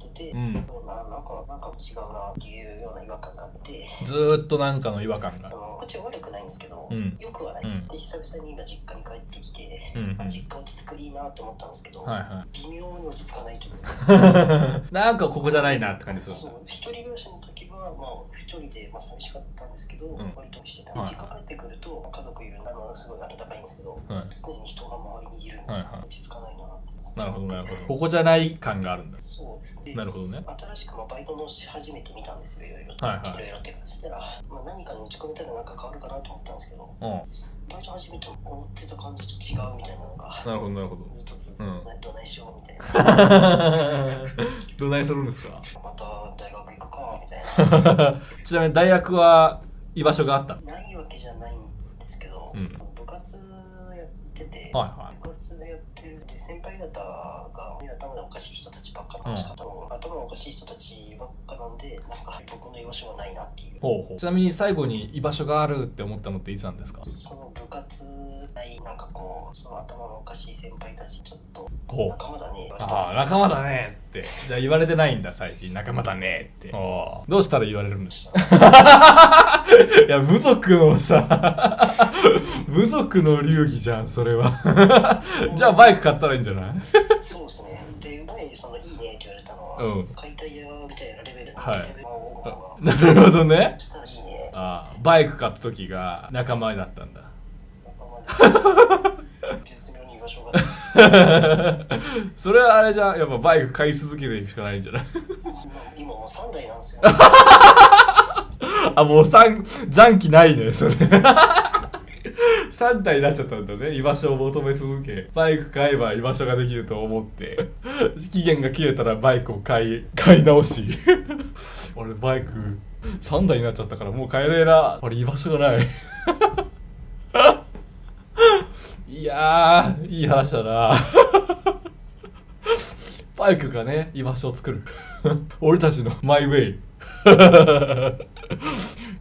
Speaker 16: 出て、
Speaker 1: うん
Speaker 16: そうななんかなんか違うなっていうような違和感があって、
Speaker 1: ずーっとなんかの違和感が
Speaker 16: あのこっちは悪くないんですけど、
Speaker 1: うん
Speaker 16: よくはない、
Speaker 1: うん
Speaker 16: で久々に今実家に帰ってきて、
Speaker 1: うん
Speaker 16: まあ、実家落ち着くいいなと思ったんですけど、
Speaker 1: はいは
Speaker 16: 微妙に落ち着かないというか。
Speaker 1: なんかここじゃないなって感じするん
Speaker 16: そ
Speaker 1: だ
Speaker 16: う一人暮らしの時は、まあ、一人で、まあ、寂しかったんですけど、
Speaker 1: ん
Speaker 16: 割としてた
Speaker 1: はい
Speaker 16: 実家帰ってくると家族いるあのすごい温かいんですけど、
Speaker 1: はい
Speaker 16: 常に人が周りにいるので、
Speaker 1: はいはい
Speaker 16: 落ち着かないなって
Speaker 1: なるほどなるほどここじゃない感があるんだ
Speaker 16: そうですね
Speaker 1: なるほどね
Speaker 16: 新しくまあバイトもし始めてみたんですよいろいろと、
Speaker 1: はいはい
Speaker 16: ろろってかそしたら、まあ、何かに打ち込めたら何か変わるかなと思ったんですけど
Speaker 1: うん
Speaker 16: バイト始めて思ってた感じと違うみたいなのが
Speaker 1: なるほどなるほど
Speaker 16: ずっとずっと、
Speaker 1: うん
Speaker 16: どないしようみたいな
Speaker 1: どないするんですか
Speaker 16: また大学行くかみたいな
Speaker 1: ちなみに大学は居場所があった
Speaker 16: ないわけじゃないんですけど、
Speaker 1: うん
Speaker 16: 部活やってて、
Speaker 1: はいはい
Speaker 16: 部活でやってるで先輩方が頭がおかしい人たちばっかりで、しかも頭頭のおかしい人たちばっかなんでなんか僕の居場所はないなっていう
Speaker 1: ほうほうちなみに最後に居場所があるって思ったのっていつなんですか
Speaker 16: その部活内なんかこうその頭のおかしい先輩たちちょっと
Speaker 1: ほう
Speaker 16: 仲間だね
Speaker 1: ああ仲間だねってじゃあ言われてないんだ最近仲間だねってああどうしたら言われるんですか いや部族のさ部族の流儀じゃんそれ はじゃあバイク買ったらいいんじゃない
Speaker 16: そうですねで前にその「いいね」って言われたのは、
Speaker 1: うん
Speaker 16: 解体屋みたいなレベルの
Speaker 1: はい
Speaker 16: レベルを
Speaker 1: なるほどね
Speaker 16: そしたらいいね
Speaker 1: ああバイク買った時が仲間だったんだ
Speaker 16: 絶妙に居場所が
Speaker 1: それはあれじゃんやっぱバイク買い続けていくしかないんじゃ ない
Speaker 16: 今もう3台なんですよ
Speaker 1: あもう三残機ないね それ3体になっちゃったんだね居場所を求め続けバイク買えば居場所ができると思って期限が切れたらバイクを買い 買い直し俺バイク3台になっちゃったからもう買えねえな俺居場所がないいやーいい話だなバイクがね居場所を作る俺たちのマイウェ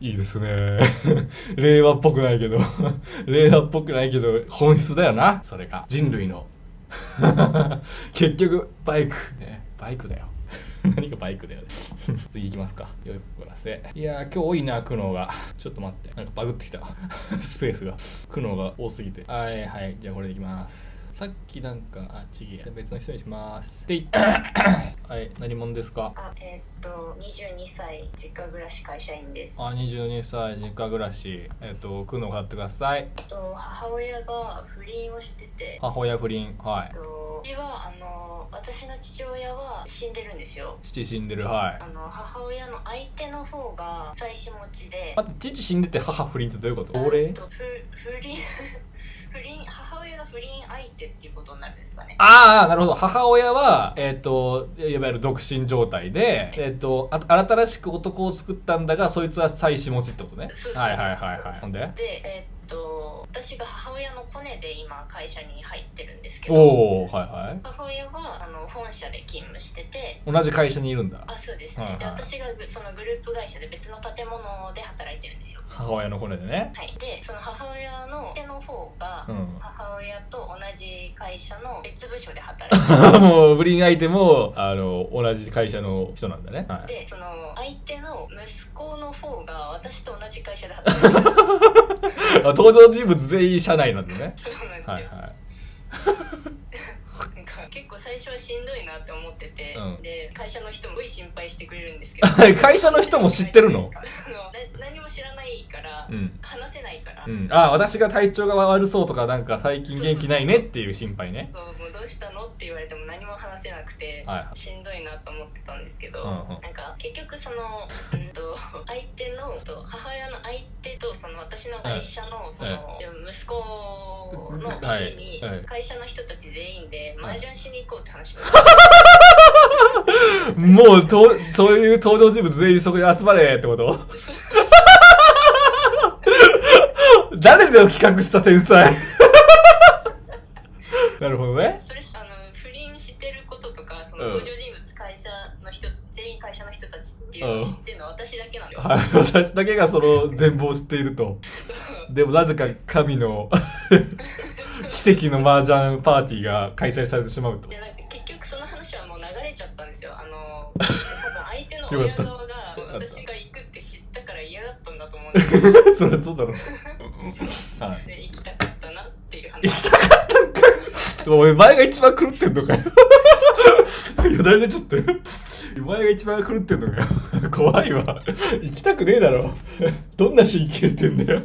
Speaker 1: イいいですね令和っぽくないけど令和っぽくないけど本質だよなそれが人類の結局バイク、ね、バイクだよ何がバイクだよね次行きますかよいこらせいやー今日多いな苦悩がちょっと待ってなんかバグってきたスペースが苦悩が多すぎてはいはいじゃあこれでいきますさっきなんかあちげえじゃあ別の人にしますでい はい何者ですか
Speaker 17: あえーっと22歳実家暮らし会社員です
Speaker 1: あ22歳実家暮らしえっと苦悩買ってください
Speaker 17: えっと母親が不倫をしてて
Speaker 1: 母親不倫はい
Speaker 17: 私はあの私の父親は死んでるんですよ
Speaker 1: 父死んでるはい
Speaker 17: あの母親の相手の方が妻子持ちで
Speaker 1: 待って父死んでて母不倫ってどういうこと俺
Speaker 17: と不不倫 不倫母親が不倫相手っていうことになるんですかね
Speaker 1: ああなるほど母親はえっ、といわゆる独身状態でえっ、とあ新しく男を作ったんだがそいつは妻子持ちってことね
Speaker 17: そうそうそうそう
Speaker 1: はいはいはいはいほんで
Speaker 17: でえーっと私が母親のコネで今会社に入ってるんですけど
Speaker 1: おおはいは
Speaker 17: 母親はあの本社で勤務してて
Speaker 1: い同じ会社にいるんだ
Speaker 17: あそうですね、
Speaker 1: はいはい
Speaker 17: で私がぐそのグループ会社で別の建物で働いてるんですよ
Speaker 1: 母親の骨でね
Speaker 17: はいでその母親の手の方が
Speaker 1: うん
Speaker 17: 母親と同じ会社の別部署で働いて
Speaker 1: もう不倫相手もあの同じ会社の人なんだねはい
Speaker 17: でその相手の息子の方が私と同じ会社で働いてる
Speaker 1: あ 登場人物全員社内なんでね
Speaker 17: そうなんですよ
Speaker 1: はいはい
Speaker 17: なんか結構最初はしんどいなって思ってて、
Speaker 1: うん
Speaker 17: で会社の人もすごい心配してくれるんですけど
Speaker 1: 会社の人も知ってるの
Speaker 17: あのな何も知らないから、
Speaker 1: うん
Speaker 17: 話せないから、
Speaker 1: うん、あ私が体調が悪そうとかなんか最近元気ないねっていう心配ね
Speaker 17: そうもうどうしたのって言われても何も話せなくて、
Speaker 1: はい
Speaker 17: しんどいなと思ってたんですけど、
Speaker 1: うんうん
Speaker 17: なんか結局その、うん、と相手のと母親の相手とその私の会社のその、息子の家に
Speaker 1: はいはい
Speaker 17: 会社の人たち全員で
Speaker 1: はい
Speaker 17: 麻雀しに行こうって話を
Speaker 1: もうとそういう登場人物全員そこに集まれってこと 誰でを企画した天才 なるほど ね
Speaker 17: それあの不倫してることとかその
Speaker 1: うん
Speaker 17: 登場人物会社の人、全員会社の人たちっていうのを知ってるのは私だけなんですよ、
Speaker 1: はい 私だけがその全貌を知ってい るとでもなぜか神の 奇跡の麻雀パーティーが開催されてしまうと
Speaker 17: でなんか結局その話はもう流れちゃったんですよあ の多分相手の
Speaker 1: よか
Speaker 17: 親
Speaker 1: った
Speaker 17: 側が
Speaker 1: よかった
Speaker 17: 私が行くって知ったから嫌だったんだと思うん
Speaker 1: そり ゃそうだろうはい
Speaker 17: で行きたかったなっていう話
Speaker 1: 行きたかったんかいお前前が一番狂ってんのかよよだれ出ちゃったよお前が一番狂ってんのかよ 怖いわ行きたくねえだろ どんな神経してんだよ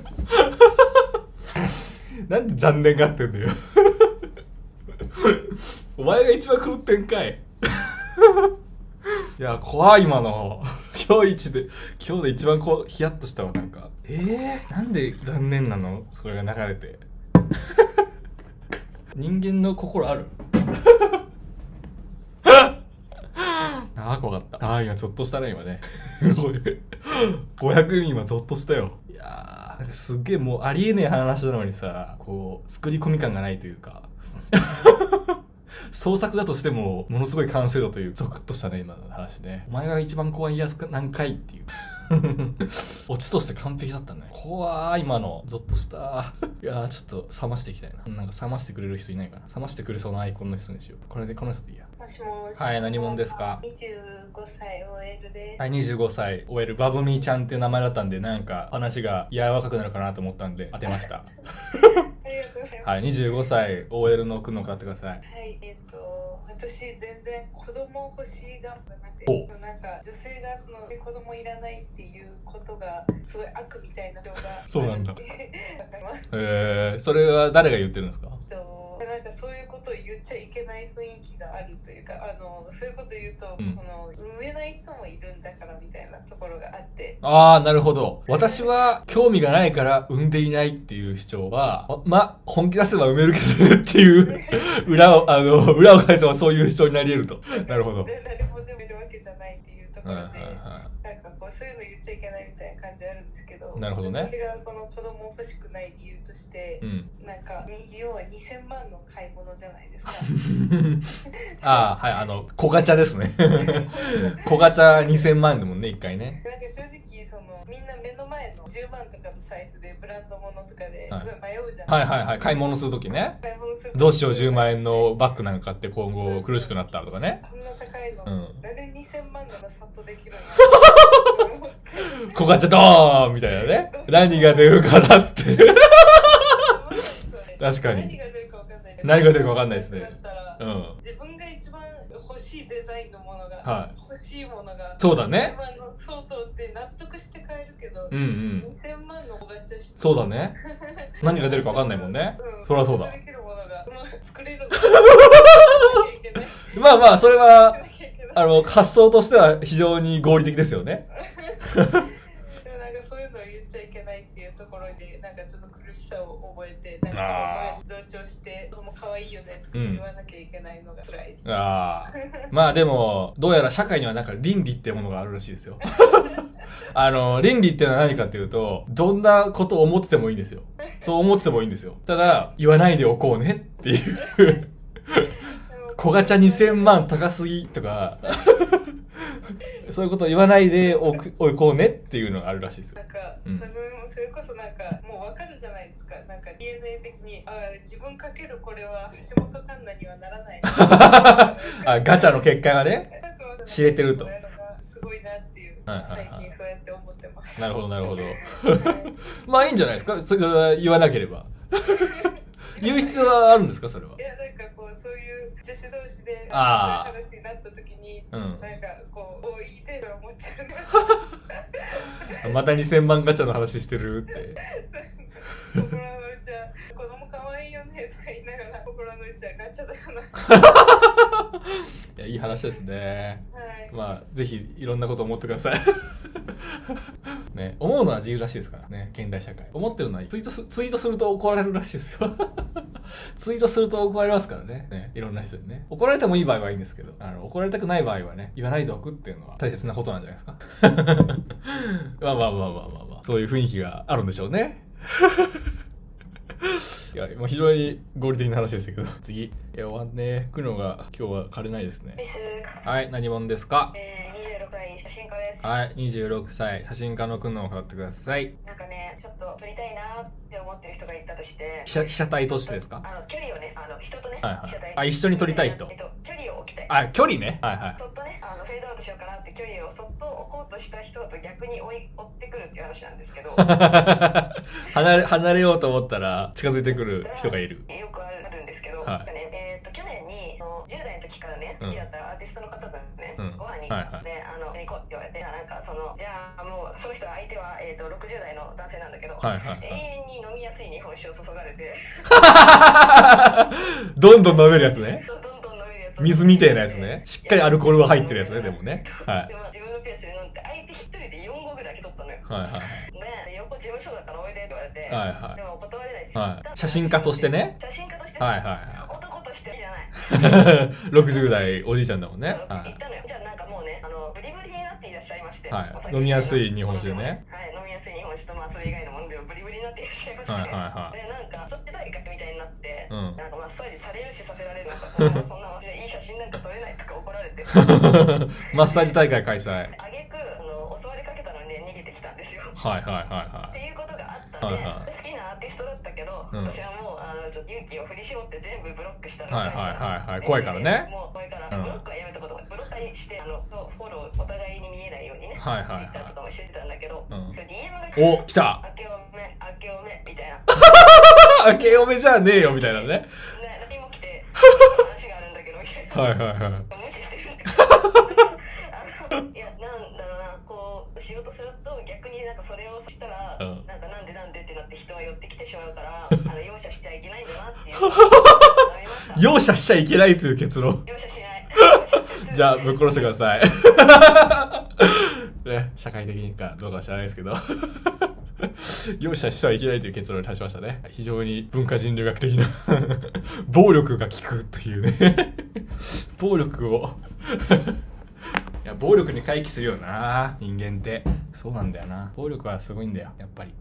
Speaker 1: なんで残念がってんだよお前が一番狂ってんかいいや怖い今の 今日一で今日で一番こうヒヤッとしたわなんかえー、なんで残念なのそれが流れて人間の心あるああ怖かったああ今ゾッとしたね今ね 500人今ゾッとしたよいやーなんかすっげえも うありえねえ話なのにさこう作り込み感がないというか創作だとしてもものすごい完成度というゾクッとしたね今の話ねお前が一番怖いやつ何回っていう オチとして完璧だったね怖い今のゾッとしたいやーちょっと冷ましていきたいななんか冷ましてくれる人いないかな冷ましてくれそうなアイコンの人にしようこれでこの人でいいや
Speaker 18: もしもし。
Speaker 1: はい何者ですか
Speaker 18: 25歳 OL です。
Speaker 1: はい、25歳 OL バブミーちゃんっていう名前だったんでなんか話が柔らかくなるかなと思ったんで当てました
Speaker 18: ありがとうございます。
Speaker 1: はい25歳 OL の句の方ってください
Speaker 18: はい、えっ、と、私全然子供欲しがらなく
Speaker 1: お
Speaker 18: て、なんか女性がその子供いらないっていうことがすごい悪みたいな情が。
Speaker 1: そうなんだ
Speaker 18: わかります。
Speaker 1: えー、それは誰が言ってるんですか
Speaker 18: えっとなんかそういうことを言っちゃいけない雰囲気があるというかあのそういうこと言うと、
Speaker 1: うん
Speaker 18: この産めない人もいるんだからみたいなところがあって
Speaker 1: ああ、なるほど。私は興味がないから産んでいないっていう主張は、ま、ま本気出せば産めるけどねっていう裏を、あの、裏を返せばそういう主張になり得ると。なるほど。
Speaker 18: で誰もでもいるわけじゃないっていうとこ
Speaker 1: うんうんう
Speaker 18: ろで、
Speaker 1: ん
Speaker 18: なんかこうそういうの言っちゃいけないみたいな感じあるんですけど
Speaker 1: なるほどね
Speaker 18: 私がこの子供欲しくない理由として、
Speaker 1: うん
Speaker 18: なんか右要は2000万の買い物じゃないですか
Speaker 1: ああ、はい、あの、小ガチャで すね。小ガチャ2000万円だもんね、一回ね。
Speaker 18: なんか正直そのみんな目の前の10万とかの財布でブランド物とかで
Speaker 1: はい
Speaker 18: すごい迷うじゃな
Speaker 1: はいいはいはい、買い物するときね。
Speaker 18: 買い物する
Speaker 1: どうしよう10万円のバッグなんか買って今後苦しくなったとかね。
Speaker 18: そんな高いの、
Speaker 1: うん
Speaker 18: なんで2000万ならさっとできるの
Speaker 1: 小ガチャドーンみたいなね。何が出るかな って。確かに。何が出るか分かんないですね。うん。
Speaker 18: 自分が一番欲しいデザインのものが、
Speaker 1: はい
Speaker 18: 欲しいものが
Speaker 1: そうだね
Speaker 18: 10万の相当って納得して買えるけど、
Speaker 1: うんうん
Speaker 18: 2000万のおがちゃして
Speaker 1: そうだ ね何が出るか分かんないもんね。そりゃそうだ。 まあまあ、そ れは、あの、発想としては非常に合理的ですよ ね。
Speaker 18: でもなんかそういうのを言っちゃいけないっていうところでなんかちょっと苦しさを覚えてなん
Speaker 1: あ
Speaker 18: かお前に同調して「も可愛いよね」とか言わなきゃいけないのが辛いです、
Speaker 1: ああ。まあでも、どうやら社会にはなんか倫理ってものがあるらしいで すよ。あの、倫理ってのは何かっていうと、どんなことを思っててもいいんですよ。そう思っててもいいんですよ。ただ、言わないでおこうねっていう。小ガチャ2000万高すぎ とか、そういうことを言わないでおくおこうねっていうのがあるらしいですよ。
Speaker 18: なんか、
Speaker 1: うん
Speaker 18: それもそれこそなんかもうわかるじゃないですかなんか DNA 的にあー自分かけるこれは橋本環奈にはならない
Speaker 1: あガチャの結果がね知れてると
Speaker 18: そういうのがすごいなっていう
Speaker 1: はいはい
Speaker 18: 最
Speaker 1: はい
Speaker 18: 近そうやって思ってます
Speaker 1: なるほどなるほど まあいいんじゃないですかそれは言わなけ れば言う必要はあるんですかそれはい
Speaker 18: やなんかこうそういう女子同士で
Speaker 1: あー
Speaker 18: そういう話になった時に、
Speaker 1: うん
Speaker 18: なんかこうおいい程度は思っちゃうね
Speaker 1: また2000万ガチャの話してる って
Speaker 18: 心のうちは子供可愛いよねとか言いながら心のうちはガチャだよな
Speaker 1: いやいい話ですね、
Speaker 18: はい
Speaker 1: まあぜひいろんなこと思ってください ね、思うのは自由らしいですからね現代社会思ってるのはツイートすツイートすると怒られるらしいですよツイートすると怒られますからねねいろんな人にね怒られてもいい場合はいいんですけどあの怒られたくない場合はね言わないでおくっていうのは大切なことなんじゃないですかまあまあまあまあまあ、まあ、そういう雰囲気があるんでしょうねいや、もう非常に合理的な話でしたけど、次。いや、終わんねえ。くのが今日は枯れないですね。はい、何者ですか
Speaker 19: 26歳写真家です
Speaker 1: はい、26歳、写真家のくのを語ってください。
Speaker 19: なんかねちょっと撮りたいなって思ってる人がいたとして
Speaker 1: 被写被写体としてですか
Speaker 19: あの距離をねあの人とね、
Speaker 1: はいはい。あ、
Speaker 19: 被
Speaker 1: 一緒に撮りたい人。
Speaker 19: えっと、距離を置きたい
Speaker 1: あ、距離ね。はいはい。
Speaker 19: そっとねあのフェードアウトしようかなって距離をそっと置こうとした人と逆に追い追ってくるっていう話なんですけど
Speaker 1: 離れ、離れようと思ったら近づいてくる人がいる。
Speaker 19: よくあるんですけど、
Speaker 1: はい
Speaker 19: なんかねえーっと去年にその10代の時からね
Speaker 1: うん
Speaker 19: 好きだったアーティストの方がね、
Speaker 1: うん
Speaker 19: ご飯に、
Speaker 1: はいはい
Speaker 19: であの行こうって言われてなんかそのじゃあもうその人は相手は、えー、と60代の男性なんだけど、
Speaker 1: はいはいはい
Speaker 19: 永遠に飲みやすい日本酒を注がれて
Speaker 1: どんどん飲めるやつね。水みてえなやつね。しっかりアルコールが入ってるやつね、でもね。はい。
Speaker 19: でまあ自分のペースで飲んで相手一人で4合ぐらい取ったのよ
Speaker 1: はいはい
Speaker 19: ね横事務所だからおいでって言われて、
Speaker 1: はいはい
Speaker 19: でも断れないし
Speaker 1: はい。写真家としてね。
Speaker 19: 写真家として
Speaker 1: はいはいはい。
Speaker 19: 男としてじゃない
Speaker 1: 60代おじいちゃんだもんね。は
Speaker 19: 行ったのよじゃあなんかもうねあのブリブリになっていらっしゃいまして、
Speaker 1: い。は
Speaker 19: お
Speaker 1: い、
Speaker 19: 酒
Speaker 1: 飲みやすい日本酒ね。
Speaker 19: はい、飲みやすい日本酒とまあそれ以外のものでブリブリになっていらっしゃいまして、
Speaker 1: はいはいはい
Speaker 19: でなんかそっち大学みたいになって、
Speaker 1: うん
Speaker 19: なんかマッサージされるしさせられるのか
Speaker 1: マッサージ大会開催。はいはいはいはい。っていうことがあったんで、はいはい、好きなアーティストだったけど、うん、私はもうあのちょっと勇気を振り絞って全部ブロックしたはいはいはいはい、怖いからね。
Speaker 19: もう怖いから、ブロックはやめとこうと思って、ブロッカーにしてあのフォローお互いに見えないようにね、
Speaker 1: はいはいはい。
Speaker 19: したとかもしてたんだけど、うん、
Speaker 1: DM がお来た
Speaker 19: 明けおめ、明けおめみたいな。
Speaker 1: 明 けおめじゃねえよみたいなね。ね、
Speaker 19: 何も来て、話があるんだけどみた
Speaker 1: いな。はいはいはい。容赦しちゃいけないという結論じゃあぶっ殺してください ね社会的にかどうかは知らないですけど 容赦してはいけないという結論に達しましたね非常に文化人類学的な 暴力が効くというね暴力を いや暴力に回帰するよな人間ってそうなんだよな暴力はすごいんだよやっぱり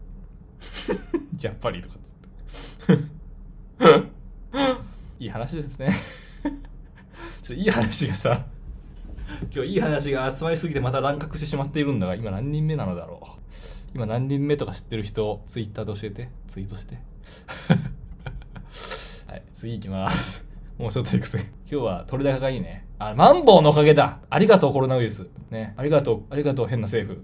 Speaker 1: やっぱりとかっつって いい話ですね ちょっといい話がさ、今日いい話が集まりすぎてまた乱獲してしまっているんだが、今何人目なのだろう。今何人目とか知ってる人、ツイッターで教えて、ツイートして。 はい、次行きます。もうちょっといくぜ。今日は取れ高がいいね。あ、マンボウのおかげだありがとうコロナウイルス。ね。ありがとう、ありがとう変な政府。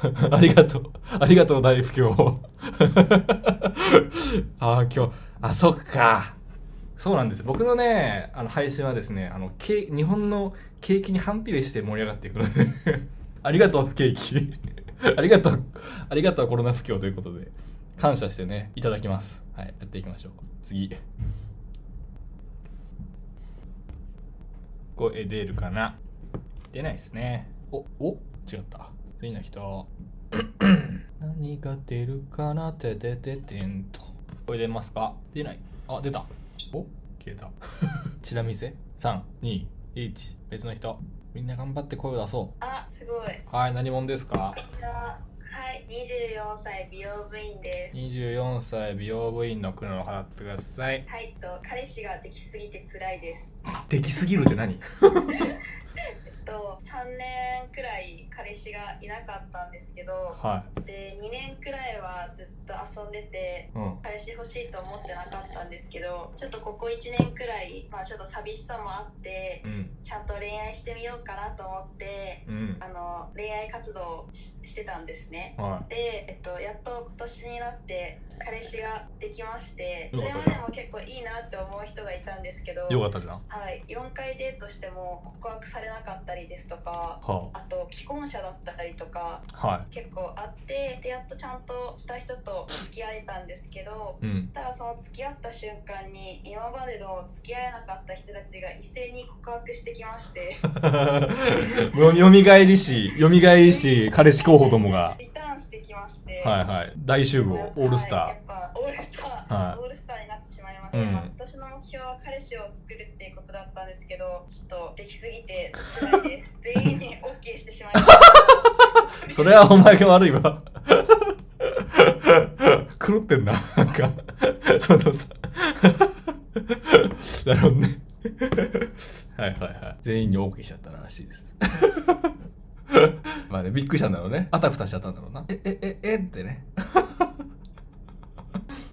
Speaker 1: ありがとう、ありがとう大不況。 ああ、今日、あ、そっか。そうなんです。僕のね、あの配信はですね、あの、け日本の景気に反比例して盛り上がっていくので ありがとう、景気。 ありがとう、ありがとうコロナ不況ということで、感謝してね、いただきます。はい、やっていきましょう。次。声出るかな出ないですね。お、お違った。次の 人。何が出るかなって出ててんと。声出ますか出ない。あ、出た。お消え た。チラ見せ ?3、2、1。別の人。みんな頑張って声を出そう
Speaker 6: あ、すごい。
Speaker 1: はい、何者ですか
Speaker 6: はい、24歳美容部員です。
Speaker 1: 24歳美容部員の苦悩を払ってください。
Speaker 6: はい、と彼氏ができすぎて辛いです。
Speaker 1: できすぎるって何？
Speaker 6: えっと3年くらい彼氏がいなかったんですけど、、
Speaker 1: はい
Speaker 6: で2年くらいはずっと遊んでて、
Speaker 1: うん、
Speaker 6: 彼氏欲しいと思ってなかったんですけどちょっとここ1年くらい、まあ、ちょっと寂しさもあって、
Speaker 1: うん、
Speaker 6: ちゃんと恋愛してみようかなと思って、
Speaker 1: うん、
Speaker 6: あの恋愛活動をしてたんですね、、
Speaker 1: はい
Speaker 6: で、えっと、やっと今年になって彼氏ができましてそれまでも結構いいなって思う人がいたんですけど
Speaker 1: よかったじゃん、
Speaker 6: はい、4回デートしても告白されなかったりですとか、
Speaker 1: は
Speaker 6: あ、あと既婚者だったりとか、
Speaker 1: はい、
Speaker 6: 結構あってでやっとちゃんとした人と付き合えたんですけど、
Speaker 1: うん、
Speaker 6: ただその付き合った瞬間に今までの付き合えなかった人たちが一斉に告白してきまして
Speaker 1: よみがえりしよみがえりし彼氏候補どもが。
Speaker 6: リターンしてきまして、
Speaker 1: はいはい大集合オールスター、はい
Speaker 6: オールスター、はい、オールスターになってしまいました、うん、まあ、今年の目標は彼氏を作るっていうことだったんですけどちょっとできすぎて辛いです全員に OK してしまいました
Speaker 1: それはお前が悪いわ 狂ってんななんかそのさなるほどねはいはいはい全員に OK しちゃったらしいです まあねびっくりしたんだろうねあたふたしちゃったんだろうなええええってね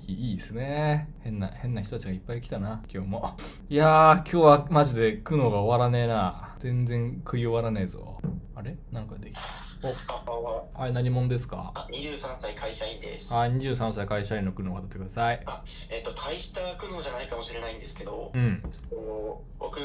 Speaker 1: いいですね。変な、変な人たちがいっぱい来たな、今日も。いやー、今日はマジで苦悩が終わらねえな。全然食い終わらねえぞ。あれなんかできた。お、はい、何者ですか
Speaker 20: あ ?23 歳会社員です。
Speaker 1: はい、23歳会社員の苦悩を語ってください。
Speaker 20: あ、えっ、ー、と、大した苦悩じゃないかもしれないんですけど、
Speaker 1: うん。
Speaker 20: 僕、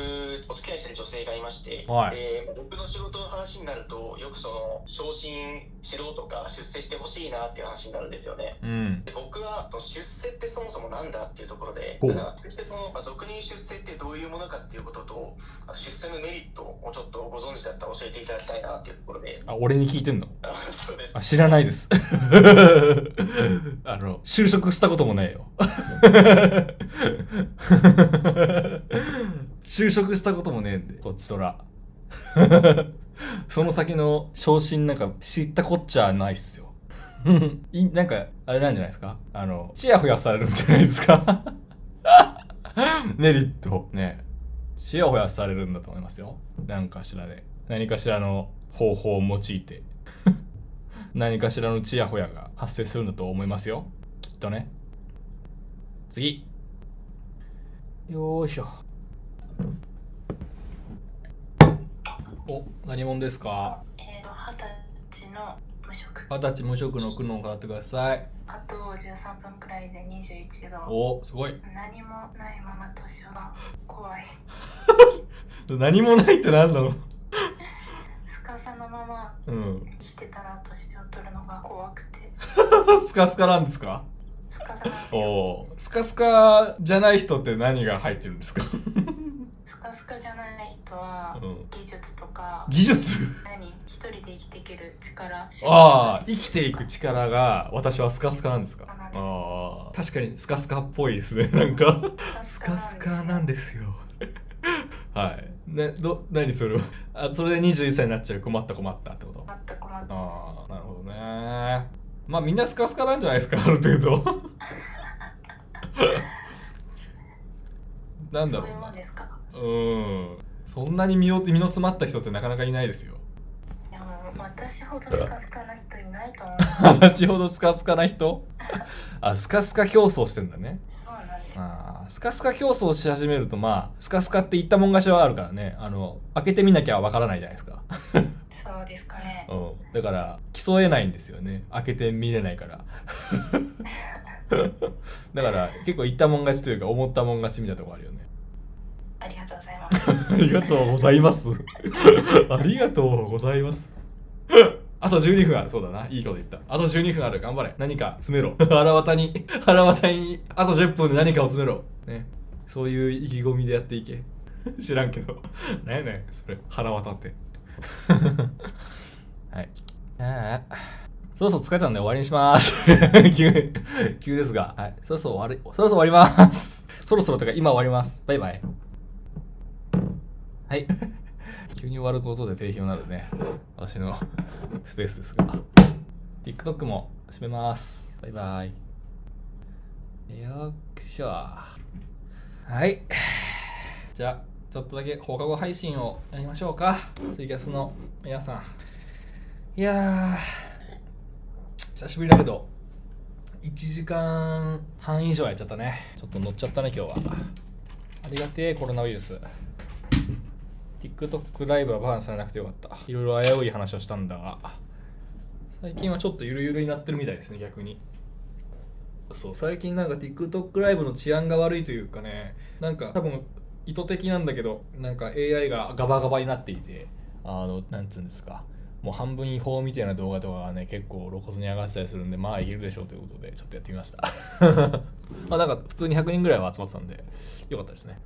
Speaker 20: お付き合いしてる女性がいまして、
Speaker 1: はい。
Speaker 20: で、僕の仕事の話になると、よくその、昇進しろとか、出世してほしいなっていう話になるんですよね。
Speaker 1: うん。
Speaker 20: で僕は、出世ってそもそもなんだっていうところで、
Speaker 1: だ
Speaker 20: から、決してその、まあ、俗に出世ってどういうものかっていうことと、出世のメリットをちょっとご存知だったら教えていただきたいなっていうところで。
Speaker 1: あ、俺に聞いてんの
Speaker 20: あ
Speaker 1: 知らないです あの就職したこともないよ 就職したこともねえんでこっちとら その先の昇進なんか知ったこっちゃないっすよ いなんかあれなんじゃないですかあのちやほやされるんじゃないですか メリットねしやほやされるんだと思いますよ何かしらで何かしらの方法を用いて 何かしらのちやほやが発生するんだと思いますよきっとね次よいしょお何者ですか
Speaker 21: えっ、と二十歳の無職
Speaker 1: 二十歳無職の苦悩を語ってください
Speaker 21: あと13分くらいで21度
Speaker 1: おすごい
Speaker 21: 何もないまま年は怖い
Speaker 1: 何もないって何なの
Speaker 21: スカスカのまま
Speaker 1: うん
Speaker 21: 生きてたら年を取るのが怖くて
Speaker 1: スカスカなんですか
Speaker 21: スカスカ
Speaker 1: おおスカスカじゃない人って何が入ってるんですか
Speaker 21: スカスカじゃない人は
Speaker 1: うん
Speaker 21: 技術とか
Speaker 1: 技術
Speaker 21: 何一人で生きていける力
Speaker 1: ああ生きていく力が私はスカスカなんですかああ確かにスカスカっぽいですね なんかスカスカなんですよはいねど何それ はあそれで21歳になっちゃう困った困ったってこと困った困った ああなるほどねまあみんなスカスカなんじゃないですかある程度 なんだろう
Speaker 21: そういうもんですか
Speaker 1: うんそんなに身を身の詰まった人ってなかなかいないですよ
Speaker 21: いやもう私ほどスカスカな人いないと思う
Speaker 1: 私ほどスカスカな人 あスカスカ競争してんだね
Speaker 21: そうなんです
Speaker 1: あースカスカ競争し始めるとまあスカスカって言ったもん勝ちはあるからねあの開けてみなきゃわからないじゃないですか、
Speaker 21: そうですかね
Speaker 1: うん、だから競えないんですよね開けてみれないから だから結構言ったもん勝ちというか思ったもん勝ちみたいなとこあるよね
Speaker 21: ありがとうございます
Speaker 1: ありがとうございますありがとうございますあと12分ある。そうだな。いいこと言った。あと12分ある。頑張れ。何か詰めろ。腹渡に、腹渡に、あと10分で何かを詰めろ。ね。そういう意気込みでやっていけ。 知らんけど。 なんやねん、それ。腹渡って。 はい。ああ。そろそろ疲れたんで終わりにします。 急、急ですが。はい。そろそろ終わり、そろそろ終わります。 そろそろというか今終わります。バイバイ。はい。 急に終わることで定評になるね。私の スペースですが。TikTok も閉めます。バイバイ。よっしょ。はい。じゃあ、ちょっとだけ放課後配信をやりましょうか。ツイキャスの皆さん。 いやー、久しぶりだけど、1時間半以上やっちゃったね。ちょっと乗っちゃったね、今日は。ありがてえ、コロナウイルス。TikTok ライブはバーンされなくてよかった。 いろいろ危うい話をしたんだが、最近はちょっとゆるゆるになってるみたいですね、逆に。そう、最近なんか TikTok ライブの治安が悪いというかね、なんか多分意図的なんだけど、なんか AI がガバガバになっていて、あの、なんつうんですか、もう半分違法みたいな動画とかがね、結構露骨に上がってたりするんで、まあいけるでしょうということで、ちょっとやってみました。まあなんか普通に100人ぐらいは集まってたんで、よかったですね。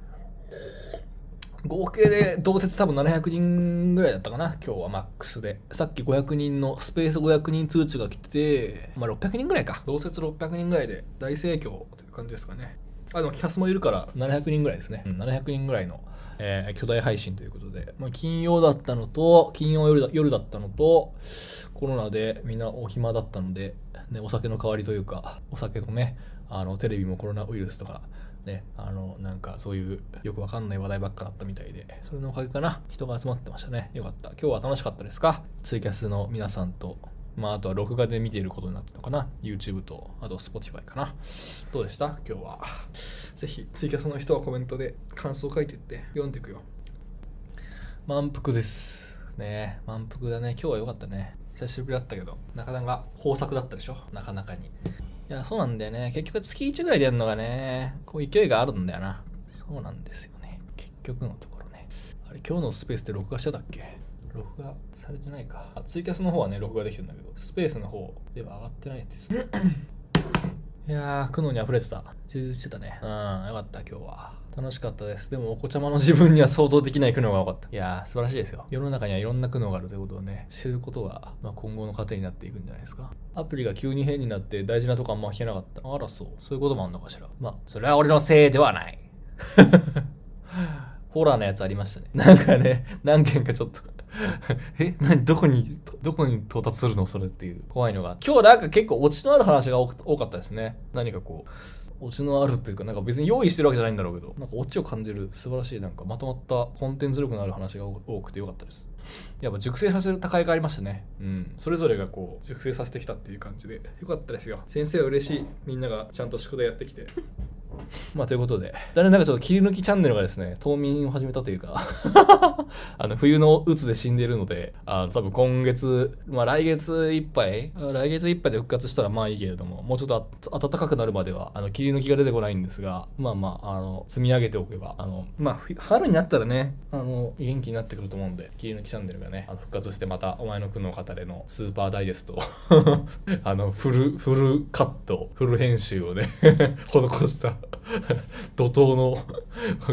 Speaker 1: 合計で同説多分700人ぐらいだったかな今日はマックスでさっき500人のスペース500人通知が来てまあ600人ぐらいか同説600人ぐらいで大盛況という感じですかねあでもキャスもいるから700人ぐらいですね、うん、700人ぐらいの、えー巨大配信ということで、まあ、金曜だったのと金曜夜だ夜だったのとコロナでみんなお暇だったので、ね、お酒の代わりというかお酒とねあのテレビもコロナウイルスとかね、あの、なんかそういうよくわかんない話題ばっかだったみたいで、それのおかげかな。人が集まってましたね。よかった。今日は楽しかったですかツイキャスの皆さんと、まああとは録画で見ていることになったのかな。YouTube と、あと Spotify かな。どうでした今日は。ぜひツイキャスの人はコメントで感想書いてって読んでいくよ。満腹です。ねえ満腹だね。今日は良かったね。久しぶりだったけど、なかなか豊作だったでしょなかなかに。いや、そうなんだよね。結局月1ぐらいでやるのがね、こう勢いがあるんだよな。そうなんですよね。結局のところね。あれ、今日のスペースで録画してたっけ録画されてないか。あツイキャスの方はね、録画できてるんだけど、スペースの方では上がってないです。 いやー、苦悩に溢れてた。充実してたね。うん、よかった、今日は。楽しかったです。でも、お子ちゃまの自分には想像できない苦悩が多かった。いやー、素晴らしいですよ。世の中にはいろんな苦悩があるということをね、知ることが、まあ、今後の糧になっていくんじゃないですか。アプリが急に変になって大事なとこあんま聞けなかった。あら、そう。そういうこともあんのかしら。まあ、それは俺のせいではない。 ホラーのやつありましたね。なんかね、何件かちょっと。 え何どこに、どこに到達するのそれっていう。怖いのが。今日なんか結構オチのある話が多く多かったですね。何かこう、オチのあるというかなんか別に用意してるわけじゃないんだろうけどなんかオチを感じる素晴らしいなんかまとまったコンテンツ力のある話が多くてよかったですやっぱ熟成させる高いがありましたねうんそれぞれがこう熟成させてきたっていう感じでよかったですよ先生は嬉しいみんながちゃんと宿題やってきてまあということで、だなんかちょっと切り抜きチャンネルがですね、冬眠を始めたというかあの冬の鬱で死んでいるので、あの多分今月、まあ来月いっぱい、来月いっぱいで復活したらまあいいけれども、もうちょっとあ暖かくなるまでは、あの切り抜きが出てこないんですが、まあまあ、あの、積み上げておけば、あの、まあ春になったらね、あの、元気になってくると思うんで、切り抜きチャンネルがね、あの復活してまた、お前の苦の語れのスーパーダイジェストを あの、フル、フルカット、フル編集をね 施した 怒涛の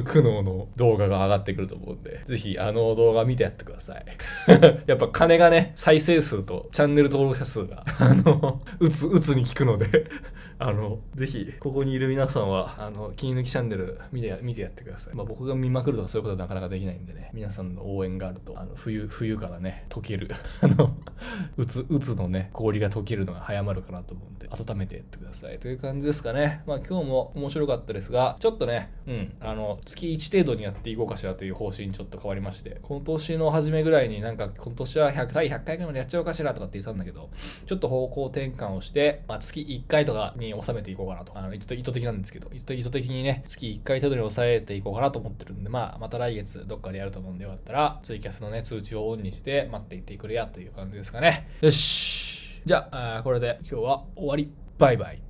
Speaker 1: 苦悩の動画が上がってくると思うんで、ぜひあの動画見てやってください。 やっぱ金がね、再生数とチャンネル登録者数が、 あの、うつ、うつに効くので あの、ぜひ、ここにいる皆さんは、あの、切り抜きチャンネル見て、見てやってください。まあ僕が見まくるとかそういうことはなかなかできないんでね、皆さんの応援があると、あの、冬、冬からね、溶ける、 あの、うつ、うつのね、氷が溶けるのが早まるかなと思うんで、温めてやってください。という感じですかね。まあ今日も面白かったですが、ちょっとね、うん、あの、月1程度にやっていこうかしらという方針ちょっと変わりまして、今年の初めぐらいになんか、今年は100、第100回ぐらいまでやっちゃおうかしらとかって言ってたんだけど、ちょっと方向転換をして、まあ月1回とかにに収めていこうかなと。あの意図意図的なんですけど、意図的にね、月1回程度に抑えていこうかなと思ってるんで、まあ、また来月どっかでやると思うんでよかったら、ツイキャスのね、通知をオンにして待っていてくれやという感じですかね。よし。じゃあ、あこれで今日は終わり。バイバイ。